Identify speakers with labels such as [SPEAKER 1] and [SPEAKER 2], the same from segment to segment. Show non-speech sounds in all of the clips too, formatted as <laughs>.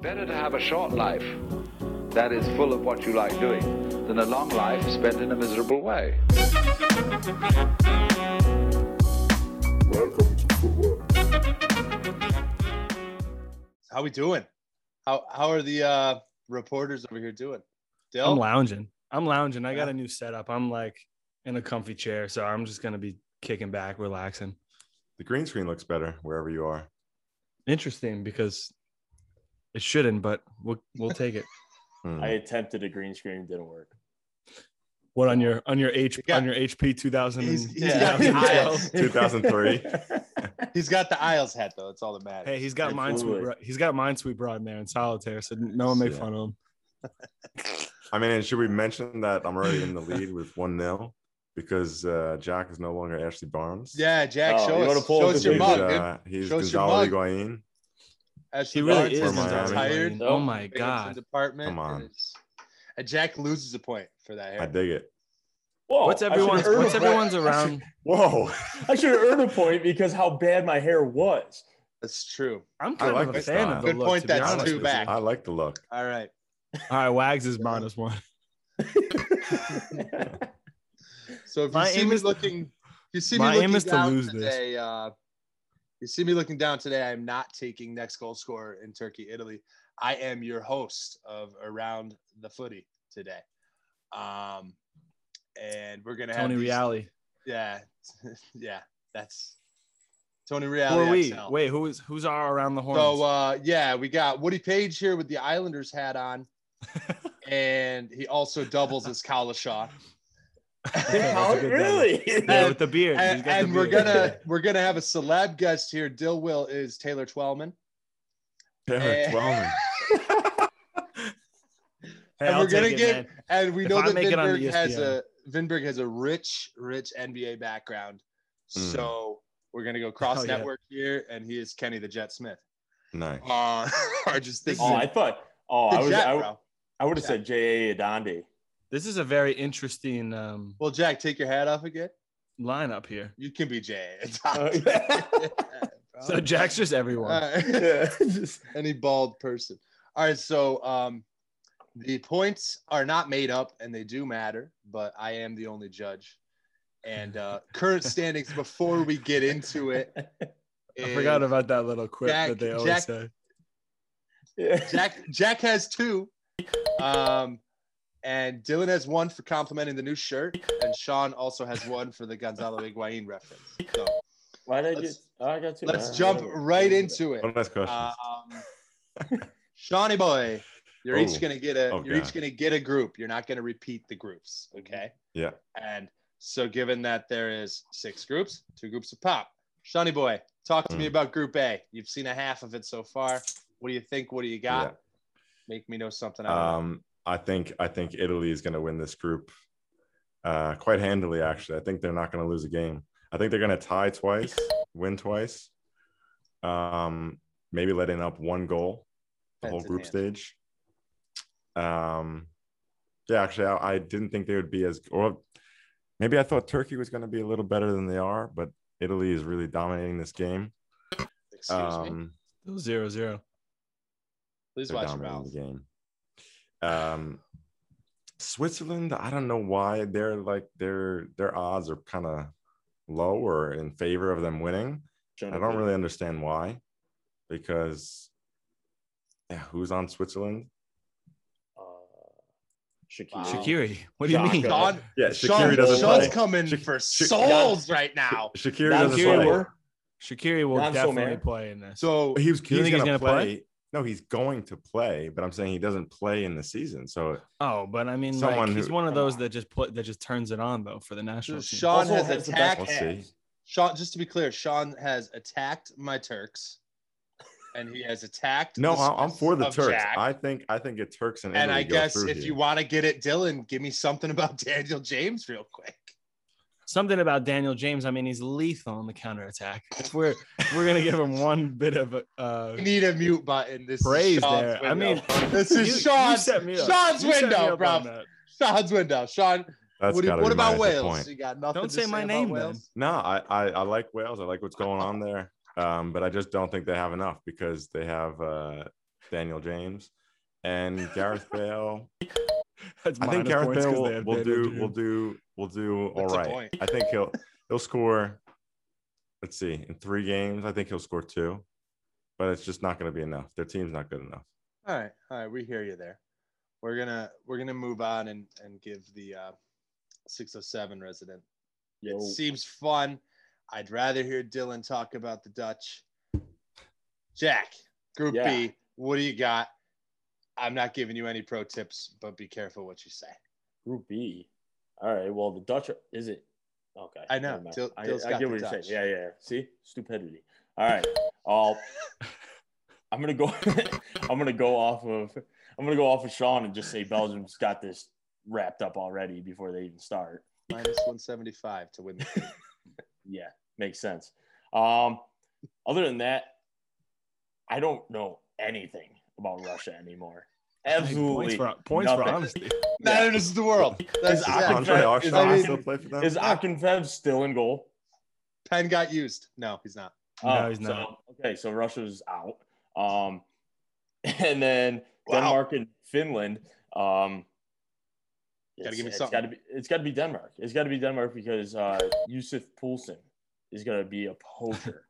[SPEAKER 1] Better to have a short life that is full of what you like doing than a long life spent in a miserable way.
[SPEAKER 2] Welcome to Footwork.
[SPEAKER 3] How we doing? How how are the uh reporters over here doing? Dale,
[SPEAKER 4] I'm lounging. I'm lounging. I got
[SPEAKER 3] Yeah.
[SPEAKER 4] a new setup. I'm like in a comfy chair, so I'm just gonna be kicking back, relaxing.
[SPEAKER 2] The green screen looks better wherever you are.
[SPEAKER 4] Interesting because it shouldn't, but we'll we'll
[SPEAKER 3] <laughs>
[SPEAKER 4] take it.
[SPEAKER 2] Hmm.
[SPEAKER 5] I attempted a green screen, didn't work.
[SPEAKER 4] What on your on your H
[SPEAKER 3] Yeah.
[SPEAKER 4] on your HP 2000?
[SPEAKER 3] He's- he's
[SPEAKER 5] got the
[SPEAKER 4] 2012?
[SPEAKER 3] eyes.
[SPEAKER 2] <laughs>
[SPEAKER 5] <laughs>
[SPEAKER 2] 2003.
[SPEAKER 3] he's got the Isles hat though. It's all that matters.
[SPEAKER 4] Hey, he's got
[SPEAKER 5] Absolutely.
[SPEAKER 4] minesweeper. He's got minesweeper on there in solitaire, so no one make
[SPEAKER 2] Yeah.
[SPEAKER 4] fun of him.
[SPEAKER 2] I mean, should we mention that I'm already in the lead with 1 0 because uh, Jack is no longer Ashley Barnes?
[SPEAKER 3] yeah, Jack,
[SPEAKER 5] Oh,
[SPEAKER 3] show
[SPEAKER 5] you wanna
[SPEAKER 3] us,
[SPEAKER 5] pull
[SPEAKER 3] show
[SPEAKER 5] up
[SPEAKER 3] us
[SPEAKER 5] the
[SPEAKER 3] your
[SPEAKER 2] He's,
[SPEAKER 3] mug, dude.
[SPEAKER 2] uh, he's
[SPEAKER 3] Show us your
[SPEAKER 2] Gonzalo
[SPEAKER 3] mug.
[SPEAKER 2] Higuain.
[SPEAKER 3] As
[SPEAKER 4] He
[SPEAKER 3] the
[SPEAKER 4] really
[SPEAKER 3] Barnes
[SPEAKER 4] is.
[SPEAKER 2] for
[SPEAKER 3] is
[SPEAKER 2] Miami.
[SPEAKER 3] tired.
[SPEAKER 4] Oh
[SPEAKER 5] Nope.
[SPEAKER 4] my
[SPEAKER 3] Binghamton's
[SPEAKER 4] god!
[SPEAKER 3] Department.
[SPEAKER 2] Come on.
[SPEAKER 3] and it's- And Jack loses a point for that
[SPEAKER 2] I
[SPEAKER 3] hair.
[SPEAKER 2] dig it. Oh,
[SPEAKER 5] Whoa,
[SPEAKER 4] What's
[SPEAKER 5] I should've
[SPEAKER 4] everyone's
[SPEAKER 5] earned
[SPEAKER 4] What's
[SPEAKER 5] a-
[SPEAKER 4] everyone's
[SPEAKER 2] <laughs>
[SPEAKER 4] around?
[SPEAKER 2] Whoa.
[SPEAKER 5] I should have earned a point because how bad my hair was.
[SPEAKER 3] That's true.
[SPEAKER 4] I'm kind of
[SPEAKER 2] like
[SPEAKER 4] a
[SPEAKER 2] this
[SPEAKER 4] fan
[SPEAKER 2] style.
[SPEAKER 4] of the
[SPEAKER 3] Good
[SPEAKER 4] look.
[SPEAKER 3] point,
[SPEAKER 4] to
[SPEAKER 3] <laughs>
[SPEAKER 4] be
[SPEAKER 3] that's
[SPEAKER 4] honest
[SPEAKER 3] two
[SPEAKER 4] with you.
[SPEAKER 3] back.
[SPEAKER 2] I like the look.
[SPEAKER 3] All right.
[SPEAKER 4] All right, Wags is minus one.
[SPEAKER 3] So if you
[SPEAKER 4] My
[SPEAKER 3] see
[SPEAKER 4] aim
[SPEAKER 3] me
[SPEAKER 4] is to-
[SPEAKER 3] looking, you see me
[SPEAKER 4] My aim
[SPEAKER 3] looking
[SPEAKER 4] is to
[SPEAKER 3] down
[SPEAKER 4] lose this.
[SPEAKER 3] today. Uh, you see me looking down today. I'm not taking next goal scorer in Turkey, Italy. I am your host of Around the Footy today, um, and we're gonna have
[SPEAKER 4] Tony
[SPEAKER 3] these-
[SPEAKER 4] Reale.
[SPEAKER 3] Yeah, <laughs> yeah, that's Tony
[SPEAKER 4] Who are
[SPEAKER 3] Reale.
[SPEAKER 4] we?
[SPEAKER 3] XL.
[SPEAKER 4] Wait, who is who's our around the horn?
[SPEAKER 3] So uh, yeah, we got Woody Page here with the Islanders hat
[SPEAKER 4] <laughs>
[SPEAKER 3] on, and he also doubles as Kalashaw.
[SPEAKER 5] <laughs> How- really?
[SPEAKER 4] Yeah, with the beard. He's
[SPEAKER 3] and,
[SPEAKER 4] got the
[SPEAKER 3] and we're
[SPEAKER 4] beard. <laughs>
[SPEAKER 3] gonna we're gonna have a celeb guest here. Dill Will is Taylor Twellman,
[SPEAKER 2] Derek
[SPEAKER 3] Eh.
[SPEAKER 2] Twelman.
[SPEAKER 3] <laughs>
[SPEAKER 4] Hey,
[SPEAKER 3] and
[SPEAKER 4] I'll
[SPEAKER 3] we're gonna
[SPEAKER 4] take it,
[SPEAKER 3] get
[SPEAKER 4] man.
[SPEAKER 3] and we
[SPEAKER 4] If
[SPEAKER 3] know
[SPEAKER 4] I
[SPEAKER 3] that
[SPEAKER 4] make it on E
[SPEAKER 3] Vinberg has
[SPEAKER 4] ESPN.
[SPEAKER 3] a Vinberg has a rich, rich NBA background.
[SPEAKER 2] Mm.
[SPEAKER 3] So we're gonna go cross
[SPEAKER 4] Oh, Hmm. yeah.
[SPEAKER 3] network here, and he is Kenny the Jet Smith.
[SPEAKER 2] Nice.
[SPEAKER 3] Uh, <laughs> I just think
[SPEAKER 5] <laughs> oh, I thought. Oh, I
[SPEAKER 3] the
[SPEAKER 5] was.
[SPEAKER 3] Jet,
[SPEAKER 5] I,
[SPEAKER 3] bro.
[SPEAKER 5] would have said J.A. Adonde.
[SPEAKER 4] This is a very interesting um,
[SPEAKER 3] Well, Jack, take your hat off again.
[SPEAKER 4] lineup here.
[SPEAKER 3] You can be Jay. <laughs>
[SPEAKER 4] Oh,
[SPEAKER 5] Uh,
[SPEAKER 3] Bro.
[SPEAKER 4] So Jack's just everyone.
[SPEAKER 3] Uh,
[SPEAKER 4] <laughs>
[SPEAKER 3] <laughs>
[SPEAKER 5] yeah, <laughs> just-
[SPEAKER 3] any bald person. All right, so um, the points are not made up, and they do matter, but I am the only judge. And
[SPEAKER 4] <laughs>
[SPEAKER 3] uh, current standings before we get into it.
[SPEAKER 4] I forgot
[SPEAKER 3] is
[SPEAKER 4] about that little quip
[SPEAKER 3] Jack-
[SPEAKER 4] that they always
[SPEAKER 3] Jack-
[SPEAKER 4] say.
[SPEAKER 5] yeah.
[SPEAKER 3] Jack. Jack has two, um, and Dylan has one for complimenting the new shirt, and Sean also has one for the Gonzalo Higuain reference. So
[SPEAKER 5] Why did I
[SPEAKER 3] Let's-
[SPEAKER 5] just? Oh, I got two.
[SPEAKER 3] let's
[SPEAKER 5] Uh,
[SPEAKER 3] jump
[SPEAKER 5] whatever.
[SPEAKER 3] right into it.
[SPEAKER 2] What a nice question.
[SPEAKER 3] Um, Shawnee boy, you're
[SPEAKER 2] Oh.
[SPEAKER 3] each gonna get a
[SPEAKER 2] Oh,
[SPEAKER 3] you're
[SPEAKER 2] God.
[SPEAKER 3] each gonna get a group. You're not gonna repeat the groups, okay?
[SPEAKER 2] Yeah.
[SPEAKER 3] And so, given that there is six groups, two groups of pop. Shawnee boy, talk to me
[SPEAKER 2] Mm.
[SPEAKER 3] about Group A. You've seen a half of it so far. What do you think? What do you got?
[SPEAKER 2] Yeah.
[SPEAKER 3] Make me know something. I don't
[SPEAKER 2] Um, I think I think Italy is going to win this group uh, quite handily. Actually, I think they're not going to lose a game. I think they're going to tie twice, win twice, um, maybe letting up one goal the whole
[SPEAKER 3] That's
[SPEAKER 2] group
[SPEAKER 3] in
[SPEAKER 2] stage. Um, yeah, actually, I, I didn't think they would be as or maybe I thought Turkey was going to be a little better than they are, but Italy is really dominating this game.
[SPEAKER 3] Excuse me.
[SPEAKER 2] Um,
[SPEAKER 4] Still zero zero.
[SPEAKER 3] Please
[SPEAKER 2] they're
[SPEAKER 3] watch your mouth.
[SPEAKER 2] dominating the game. Um, Switzerland, I don't know why they're like their their odds are kind of low or in favor of them winning. I don't really understand why, because yeah, who's on Switzerland?
[SPEAKER 5] Uh,
[SPEAKER 3] Wow. Oh.
[SPEAKER 5] Shakira.
[SPEAKER 4] Shakiri. What do you
[SPEAKER 5] Shaka.
[SPEAKER 4] mean?
[SPEAKER 3] Sean,
[SPEAKER 2] Yeah,
[SPEAKER 3] Sean,
[SPEAKER 2] Shakira doesn't
[SPEAKER 3] Sean's
[SPEAKER 2] play.
[SPEAKER 3] coming
[SPEAKER 2] Shak-
[SPEAKER 3] for
[SPEAKER 2] Shak-
[SPEAKER 3] souls right now.
[SPEAKER 2] Shakira
[SPEAKER 5] Not
[SPEAKER 2] doesn't
[SPEAKER 5] Shakira.
[SPEAKER 2] play.
[SPEAKER 4] Shakiri will
[SPEAKER 5] Not so
[SPEAKER 4] definitely
[SPEAKER 5] mad.
[SPEAKER 4] play in this.
[SPEAKER 3] So
[SPEAKER 2] He was,
[SPEAKER 4] You don't
[SPEAKER 2] he's
[SPEAKER 4] think he's gonna
[SPEAKER 2] gonna
[SPEAKER 4] play?
[SPEAKER 2] play. No, he's going to play, but I'm saying he doesn't play in the season. So
[SPEAKER 4] Oh, but I mean, like,
[SPEAKER 2] Someone
[SPEAKER 4] he's
[SPEAKER 2] who-
[SPEAKER 4] one of
[SPEAKER 5] come
[SPEAKER 4] those
[SPEAKER 5] on.
[SPEAKER 4] that just play, that just turns it on though for the national team.
[SPEAKER 3] Sean
[SPEAKER 5] Also
[SPEAKER 3] has
[SPEAKER 5] has the
[SPEAKER 3] attacked
[SPEAKER 5] best
[SPEAKER 2] We'll see.
[SPEAKER 5] abs.
[SPEAKER 3] Sean, just to be clear, Sean has attacked my Turks, and he has attacked.
[SPEAKER 2] no,
[SPEAKER 3] the
[SPEAKER 2] I- I'm for the
[SPEAKER 3] Swiss of
[SPEAKER 2] Turks.
[SPEAKER 3] Jack.
[SPEAKER 2] I think I think it Turks and,
[SPEAKER 3] and
[SPEAKER 2] Italy
[SPEAKER 3] I
[SPEAKER 2] go
[SPEAKER 3] guess
[SPEAKER 2] through
[SPEAKER 3] if
[SPEAKER 2] here.
[SPEAKER 3] you want to get it, Dylan, give me something about <laughs> Daniel James real quick.
[SPEAKER 4] something about Daniel James. I mean, he's lethal on the counterattack. If we're we're gonna give him one bit of
[SPEAKER 3] <laughs>
[SPEAKER 4] uh,
[SPEAKER 3] We need a mute button. This
[SPEAKER 4] praise
[SPEAKER 3] is Sean's
[SPEAKER 4] there. I
[SPEAKER 3] window.
[SPEAKER 4] mean,
[SPEAKER 3] this
[SPEAKER 4] you- you
[SPEAKER 3] is Sean's,
[SPEAKER 4] set me up.
[SPEAKER 3] Sean's
[SPEAKER 4] You set me
[SPEAKER 3] window,
[SPEAKER 4] up on
[SPEAKER 3] bro.
[SPEAKER 4] that.
[SPEAKER 3] Sean's window. Sean,
[SPEAKER 2] That's
[SPEAKER 3] what, do you-
[SPEAKER 2] gotta
[SPEAKER 3] what
[SPEAKER 2] be my
[SPEAKER 3] about
[SPEAKER 2] exit
[SPEAKER 3] Wales?
[SPEAKER 2] point.
[SPEAKER 3] You got nothing.
[SPEAKER 4] Don't
[SPEAKER 3] to
[SPEAKER 4] say my
[SPEAKER 3] about
[SPEAKER 4] name, then.
[SPEAKER 3] Wales?
[SPEAKER 2] No, I, I, I like Wales. I like what's going on there. Um, but I just don't think they have enough because they have uh, Daniel James, and Gareth Bale.
[SPEAKER 4] That's
[SPEAKER 2] I think
[SPEAKER 4] minus
[SPEAKER 2] Gareth
[SPEAKER 4] points
[SPEAKER 2] Bale
[SPEAKER 4] 'cause they
[SPEAKER 2] will,
[SPEAKER 4] have
[SPEAKER 2] will
[SPEAKER 4] Daniel
[SPEAKER 2] do
[SPEAKER 4] James.
[SPEAKER 2] will do will do all
[SPEAKER 3] That's a
[SPEAKER 2] right.
[SPEAKER 3] point.
[SPEAKER 2] I think he'll he'll score. Let's see, in three games, I think he'll score two, but it's just not going to be enough. Their team's not good enough.
[SPEAKER 3] All right, all right, we hear you there. We're gonna we're gonna move on and and give the uh, 607 resident.
[SPEAKER 5] Yo.
[SPEAKER 3] It seems fun. I'd rather hear Dylan talk about the Dutch. Jack, Group
[SPEAKER 5] Yeah.
[SPEAKER 3] B, what do you got? I'm not giving you any pro tips, but be careful what you say.
[SPEAKER 5] Group B. All right. Well, the Dutch are- is it? Okay.
[SPEAKER 3] I know.
[SPEAKER 5] never mind.
[SPEAKER 3] Dil-
[SPEAKER 5] I,
[SPEAKER 3] Dil's
[SPEAKER 5] I
[SPEAKER 3] got
[SPEAKER 5] get
[SPEAKER 3] the
[SPEAKER 5] what you're
[SPEAKER 3] Dutch.
[SPEAKER 5] saying. Yeah, yeah. yeah. See, stupidity. All right. I'll. I'm gonna go. <laughs> I'm gonna go off of. I'm gonna go off of Sean and just say Belgium's got this wrapped up already before they even start.
[SPEAKER 3] Minus 175 to win. The
[SPEAKER 5] <laughs>
[SPEAKER 3] game.
[SPEAKER 5] Yeah, makes sense. Um, other than that, I don't know anything about Russia anymore.
[SPEAKER 4] Hey,
[SPEAKER 5] Absolutely.
[SPEAKER 4] Points for, points for
[SPEAKER 5] nothing.
[SPEAKER 4] honesty.
[SPEAKER 3] Not in this world. That's
[SPEAKER 5] Is
[SPEAKER 2] Does
[SPEAKER 5] Yeah.
[SPEAKER 3] yeah.
[SPEAKER 2] Andre
[SPEAKER 5] Is
[SPEAKER 2] Auchinleck
[SPEAKER 5] Andre-
[SPEAKER 2] still play for them?
[SPEAKER 5] Is Akinfev still in goal?
[SPEAKER 3] Penn got used. No, he's not.
[SPEAKER 4] No, he's not.
[SPEAKER 5] Oh, So, okay, so Russia's out. Um, <laughs> and then
[SPEAKER 3] Wow.
[SPEAKER 5] Denmark and Finland. Um, it's-
[SPEAKER 3] give me
[SPEAKER 5] it's
[SPEAKER 3] something.
[SPEAKER 5] got to be. It's got to be Denmark. It's got to be Denmark because uh, Yusuf Poulsen is going to be a poacher,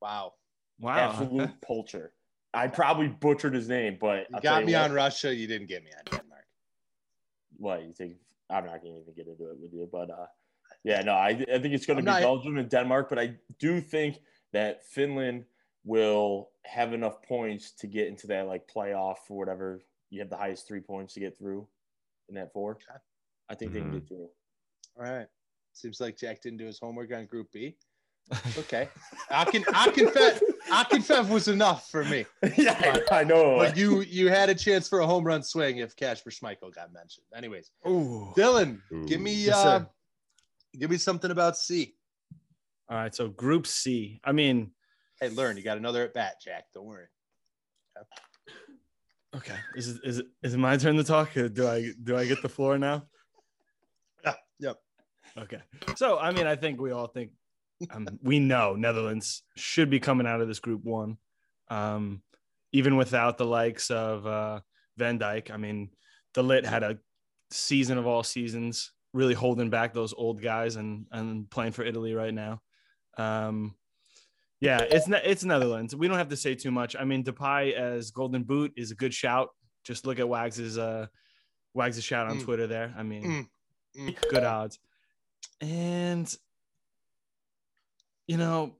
[SPEAKER 3] Wow.
[SPEAKER 4] <laughs> Wow.
[SPEAKER 5] absolute poacher. I probably butchered his name, but
[SPEAKER 3] You
[SPEAKER 5] I'll tell
[SPEAKER 3] got
[SPEAKER 5] you
[SPEAKER 3] me
[SPEAKER 5] what,
[SPEAKER 3] on Russia. You didn't get me on Denmark.
[SPEAKER 5] What you think? I'm not going to even get into it with you, but uh, yeah, no, I, I think it's going to
[SPEAKER 3] I'm
[SPEAKER 5] be
[SPEAKER 3] not-
[SPEAKER 5] Belgium and Denmark, but I do think that Finland will have enough points to get into that like playoff or whatever. You have the highest three points to get through in that four.
[SPEAKER 3] Okay.
[SPEAKER 5] I think they can
[SPEAKER 2] Mhm.
[SPEAKER 5] get through. <laughs>
[SPEAKER 3] All right. Seems like Jack didn't do his homework on Group
[SPEAKER 5] <laughs>
[SPEAKER 3] B. Okay. I can I
[SPEAKER 4] <laughs>
[SPEAKER 3] confess I confess was enough for me.
[SPEAKER 5] yeah, I know. uh,
[SPEAKER 3] But you you had a chance for a home run swing if Casper Schmeichel got mentioned. Anyways,
[SPEAKER 4] Ooh.
[SPEAKER 3] Dylan,
[SPEAKER 2] Ooh.
[SPEAKER 3] give me
[SPEAKER 4] Yes,
[SPEAKER 3] uh,
[SPEAKER 4] sir.
[SPEAKER 3] give me something about C.
[SPEAKER 4] All right. So Group C. I mean,
[SPEAKER 3] Hey, learn. You got another at bat, Jack. Don't worry.
[SPEAKER 4] okay. Is it is it is it my turn to talk? Or do I do I get the floor now?
[SPEAKER 3] Yeah, yep.
[SPEAKER 4] Okay. So I mean, I think we all think um, we know Netherlands should be coming out of this Group One, um, even without the likes of uh, Van Dyke. I mean, the Lit had a season of all seasons, really holding back those old guys and and playing for Italy right now. Um, yeah, it's Ne- it's Netherlands. We don't have to say too much. I mean, Depay as Golden Boot is a good shout. Just look at Wags's uh, Wags's shout on
[SPEAKER 3] Mm.
[SPEAKER 4] Twitter there. I mean,
[SPEAKER 3] Mm. Mm.
[SPEAKER 4] good odds. And you know,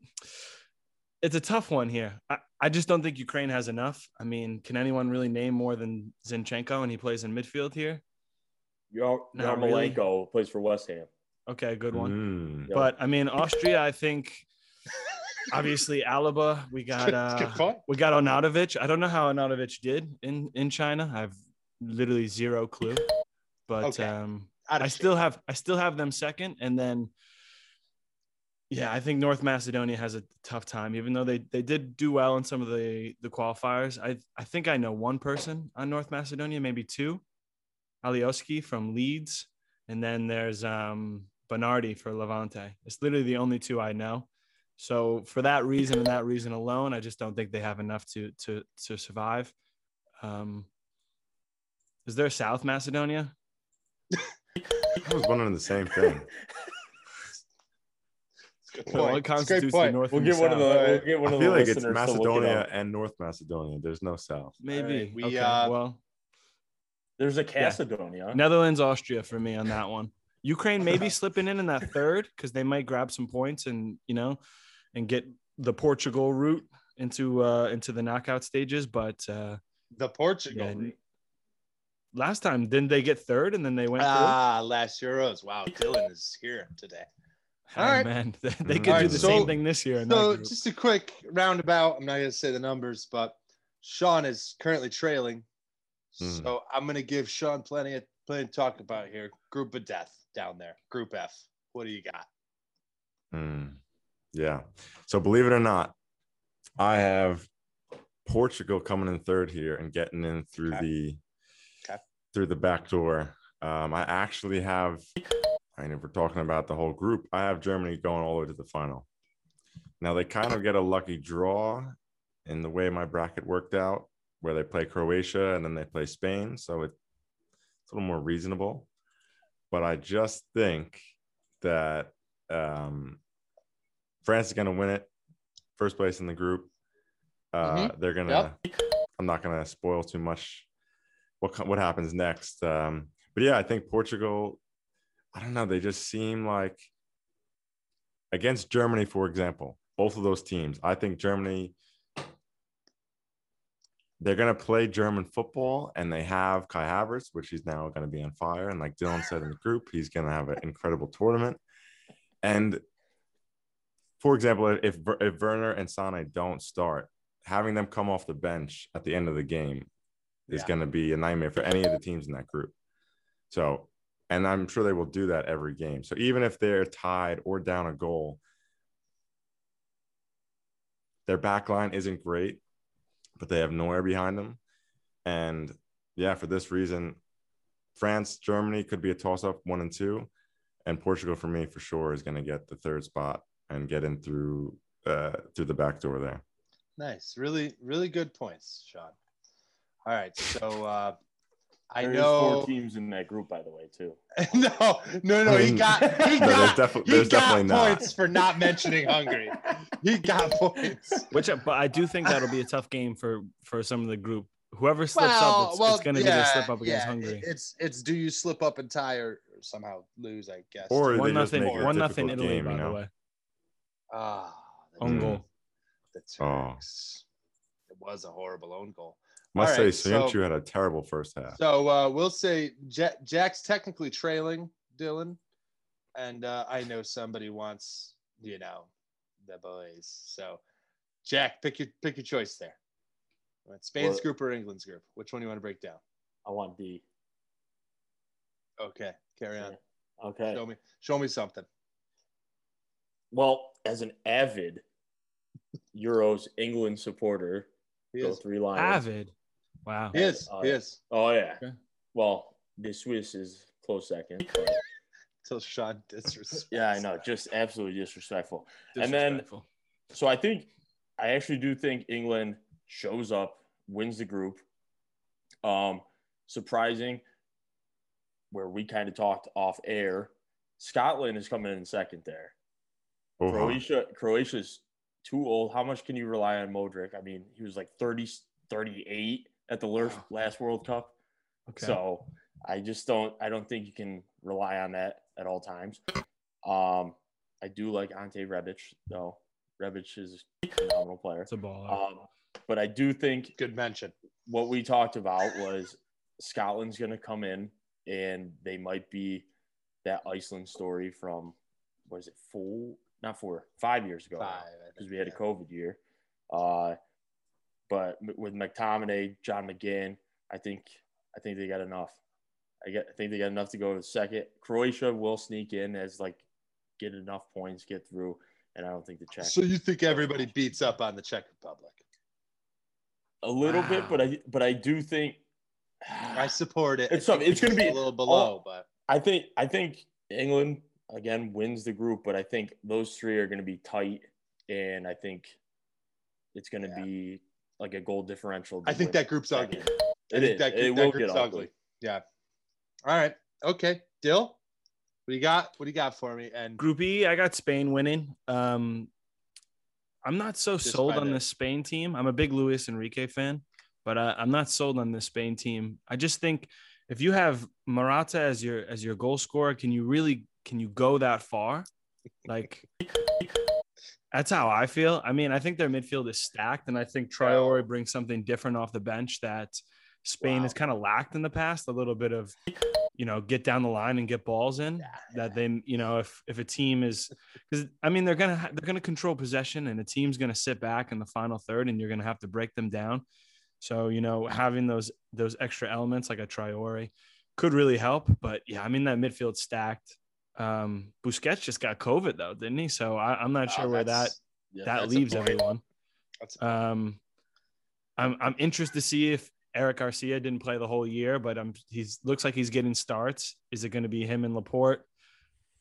[SPEAKER 4] it's a tough one here. I, I just don't think Ukraine has enough. I mean, can anyone really name more than Zinchenko and he plays in midfield here?
[SPEAKER 5] Yar-
[SPEAKER 4] Not really.
[SPEAKER 5] Yarmolenko plays for West Ham.
[SPEAKER 4] Okay, good one.
[SPEAKER 2] Mm.
[SPEAKER 5] Yeah.
[SPEAKER 4] But I mean, Austria, I think obviously Alaba.
[SPEAKER 3] <laughs>
[SPEAKER 4] We
[SPEAKER 3] That's
[SPEAKER 4] got
[SPEAKER 3] a
[SPEAKER 4] uh,
[SPEAKER 3] good point.
[SPEAKER 4] we got Onadovich. I don't know how Onadovich did in in China. I've literally zero clue. But
[SPEAKER 3] Okay.
[SPEAKER 4] um,
[SPEAKER 3] Out of
[SPEAKER 4] I
[SPEAKER 3] shape.
[SPEAKER 4] still have I still have them second, and then yeah, I think North Macedonia has a tough time, even though they they did do well in some of the the qualifiers. I I think I know one person on North Macedonia, maybe two, Alioski from Leeds, and then there's um Bernardi for Levante. It's literally the only two I know. So for that reason and that reason alone, I just don't think they have enough to to to survive. Um, is there South Macedonia?
[SPEAKER 2] I was wondering the same thing.
[SPEAKER 3] It's a good
[SPEAKER 4] Well,
[SPEAKER 3] point.
[SPEAKER 4] it
[SPEAKER 3] It's a great
[SPEAKER 4] constitutes the
[SPEAKER 3] point.
[SPEAKER 4] North
[SPEAKER 5] We'll
[SPEAKER 4] and the
[SPEAKER 5] get one of the
[SPEAKER 4] South.
[SPEAKER 5] we'll get one
[SPEAKER 2] I
[SPEAKER 5] of the
[SPEAKER 2] feel like it's
[SPEAKER 5] listeners to look it
[SPEAKER 2] Macedonia
[SPEAKER 5] up.
[SPEAKER 2] and North Macedonia. There's no South.
[SPEAKER 4] Maybe.
[SPEAKER 3] Alright, we,
[SPEAKER 4] okay.
[SPEAKER 3] uh,
[SPEAKER 4] well,
[SPEAKER 5] There's a Macedonia.
[SPEAKER 4] Netherlands, Austria for me on that one. Ukraine
[SPEAKER 3] <laughs>
[SPEAKER 4] maybe slipping in in that third because they might grab some points and you know, and get the Portugal route into uh into the knockout stages. But uh
[SPEAKER 3] The Portugal.
[SPEAKER 4] yeah,
[SPEAKER 3] route.
[SPEAKER 4] last time didn't they get third and then they went
[SPEAKER 2] Uh,
[SPEAKER 4] through?
[SPEAKER 3] Ah, last Euros. Wow, Dylan is here today. all
[SPEAKER 4] Hey,
[SPEAKER 3] right.
[SPEAKER 4] man, <laughs> they they could do
[SPEAKER 2] Alright,
[SPEAKER 4] the
[SPEAKER 2] so-
[SPEAKER 4] same thing this year. in that
[SPEAKER 3] So
[SPEAKER 4] group.
[SPEAKER 3] just a quick roundabout. I'm not going to say the numbers, but Sean is currently trailing.
[SPEAKER 2] Hmm.
[SPEAKER 3] So I'm going to give Sean plenty of plenty to talk about here. Group of death down there. Group F. What do you got?
[SPEAKER 2] Mm. Yeah. So believe it or not, I have Portugal coming in third here and getting in through
[SPEAKER 3] Okay.
[SPEAKER 2] the
[SPEAKER 3] Okay.
[SPEAKER 2] through the back door. Um, I actually have. I mean, if we're talking about the whole group, I have Germany going all the way to the final. Now they kind of get a lucky draw in the way my bracket worked out. where they play Croatia and then they play Spain. So it, it's a little more reasonable. But I just think that um, France is going to win it, first place in the group. Uh, They're going to, I'm not going to spoil too much what, co- what happens next. Um, but yeah, I think Portugal, I don't know, they just seem like against Germany, for example, both of those teams, I think Germany they're gonna play German football, and they have Kai Havertz, which he's now gonna be on fire. And like Dylan said in the group, he's gonna have an incredible tournament. And for example, if if Werner and Sane don't start, having them come off the bench at the end of the game is
[SPEAKER 3] Yeah.
[SPEAKER 2] gonna be a nightmare for any of the teams in that group. So, and I'm sure they will do that every game. So even if they're tied or down a goal, their back line isn't great but they have nowhere behind them. And yeah, for this reason, France, Germany could be a toss up one and two. And Portugal, for me, for sure, is going to get the third spot and get in through uh, through the back door there.
[SPEAKER 3] Nice. Really, really good points, Sean. All right. So uh, I
[SPEAKER 5] There is
[SPEAKER 3] know. <laughs>
[SPEAKER 5] four teams in that group, by the way, too.
[SPEAKER 3] no, no, no.
[SPEAKER 2] I
[SPEAKER 3] He
[SPEAKER 2] mean,
[SPEAKER 3] got. He
[SPEAKER 2] Hmm. <laughs> No, there's,
[SPEAKER 3] got.
[SPEAKER 2] defi-
[SPEAKER 3] he
[SPEAKER 2] there's
[SPEAKER 3] got
[SPEAKER 2] definitely
[SPEAKER 3] points
[SPEAKER 2] not.
[SPEAKER 3] for not mentioning
[SPEAKER 5] <laughs>
[SPEAKER 3] Hungary. He got points.
[SPEAKER 4] Which, I- but I do think that'll be a tough game for for some of the group. Whoever slips up, it's, it's going to be their slip up against
[SPEAKER 3] yeah,
[SPEAKER 4] Hungary.
[SPEAKER 3] It's it's do you slip up and tie or somehow lose? I guess.
[SPEAKER 2] Or
[SPEAKER 4] one
[SPEAKER 2] they just
[SPEAKER 4] nothing,
[SPEAKER 2] make it a
[SPEAKER 4] one nothing
[SPEAKER 2] difficult
[SPEAKER 4] Italy,
[SPEAKER 2] game,
[SPEAKER 4] by
[SPEAKER 2] you know?
[SPEAKER 4] the way.
[SPEAKER 3] ah, the
[SPEAKER 4] Own
[SPEAKER 2] Mm.
[SPEAKER 4] goal.
[SPEAKER 3] The
[SPEAKER 2] Oh.
[SPEAKER 3] Turks. It was a horrible own goal.
[SPEAKER 2] Must
[SPEAKER 3] All right,
[SPEAKER 2] say, Soyuncu
[SPEAKER 3] so-
[SPEAKER 2] had a terrible first half.
[SPEAKER 3] So uh, we'll say Ja Jack's technically trailing Dylan, and uh, I know somebody wants you know the boys. So Jack, pick your pick your choice there. All right, Spain's
[SPEAKER 5] Well-
[SPEAKER 3] group or England's group? Which one do you want to break down?
[SPEAKER 5] I want D.
[SPEAKER 3] Okay, carry on.
[SPEAKER 5] Okay.
[SPEAKER 3] Show me show me something.
[SPEAKER 5] Well, as an avid Euros England supporter,
[SPEAKER 3] He
[SPEAKER 5] go
[SPEAKER 3] is.
[SPEAKER 5] three lines.
[SPEAKER 4] Avid. Wow.
[SPEAKER 3] He is.
[SPEAKER 5] Oh,
[SPEAKER 3] He
[SPEAKER 5] yeah.
[SPEAKER 3] is.
[SPEAKER 5] Oh yeah.
[SPEAKER 4] Okay.
[SPEAKER 5] Well, the Swiss is close second.
[SPEAKER 3] Till Sean <laughs> disrespects.
[SPEAKER 5] yeah, I know. Just absolutely disrespectful. And then-
[SPEAKER 4] Disrespectful.
[SPEAKER 5] So I think I actually do think England shows up, wins the group. Um, surprising, where we kind of talked off air. Scotland is coming in second there.
[SPEAKER 2] Oh,
[SPEAKER 5] Croatia, Croatia's too old. How much can you rely on Modric? I mean, he was like 30, 38 at the last,
[SPEAKER 4] Wow.
[SPEAKER 5] last World Cup.
[SPEAKER 4] okay.
[SPEAKER 5] So I just don't. I don't think you can rely on that at all times. Um, I do like Ante Rebic though. Rebic is a phenomenal player.
[SPEAKER 4] it's a baller.
[SPEAKER 5] Um, but I do think
[SPEAKER 3] Good mention.
[SPEAKER 5] what we talked about was Scotland's going to come in and they might be that Iceland story from what is it four? Not four, five years ago
[SPEAKER 3] Five.
[SPEAKER 5] because we had a COVID year. Uh, but m- with McTominay, John McGinn, I think I think they got enough. I get I think they got enough to go to second. Croatia will sneak in as like get enough points, get through, and I don't think the Czech
[SPEAKER 3] So you think everybody beats up on the Czech Republic?
[SPEAKER 5] a little bit,
[SPEAKER 4] Wow.
[SPEAKER 5] but I but I do think
[SPEAKER 3] I support it. I
[SPEAKER 5] It's tough.
[SPEAKER 3] think
[SPEAKER 5] It's gonna be-
[SPEAKER 3] a little below, but
[SPEAKER 5] <sighs> I think I think England again wins the group, but I think those three are going to be tight, and I think it's going to
[SPEAKER 3] Yeah.
[SPEAKER 5] be like a goal differential.
[SPEAKER 3] I think that group's ugly.
[SPEAKER 5] It
[SPEAKER 3] I
[SPEAKER 5] is.
[SPEAKER 3] think that,
[SPEAKER 5] it
[SPEAKER 3] that
[SPEAKER 5] will get
[SPEAKER 3] group's
[SPEAKER 5] ugly.
[SPEAKER 3] ugly. Yeah. All right. Okay. Dill, what do you got? What do you got for me? And
[SPEAKER 4] Group E, I got Spain winning. Um, I'm not so
[SPEAKER 3] Just
[SPEAKER 4] sold
[SPEAKER 3] by
[SPEAKER 4] on
[SPEAKER 3] the-
[SPEAKER 4] this Spain team. I'm a big Luis Enrique fan, but uh, I'm not sold on this Spain team. I just think if you have Morata as your as your goal scorer, can you really can you go that far? Like that's how I feel. I mean, I think their midfield is stacked, and I think Traore brings something different off the bench that Spain
[SPEAKER 3] Wow.
[SPEAKER 4] has kind of lacked in the past. A little bit of you know get down the line and get balls in that they you know if if a team is because i mean they're gonna ha- they're gonna control possession and a team's gonna sit back in the final third and you're gonna have to break them down so you know having those those extra elements like a triori could really help but yeah i mean that midfield stacked um busquets just got covid though didn't he so I, i'm not sure
[SPEAKER 3] Oh,
[SPEAKER 4] where that
[SPEAKER 3] that's-
[SPEAKER 5] Yeah,
[SPEAKER 4] that
[SPEAKER 3] that's a
[SPEAKER 4] leaves
[SPEAKER 3] point.
[SPEAKER 4] everyone
[SPEAKER 3] that's-
[SPEAKER 4] um, I'm I'm interested to see if Eric Garcia didn't play the whole year, but I'm he's looks like he's getting starts. Is it going to be him and Laporte?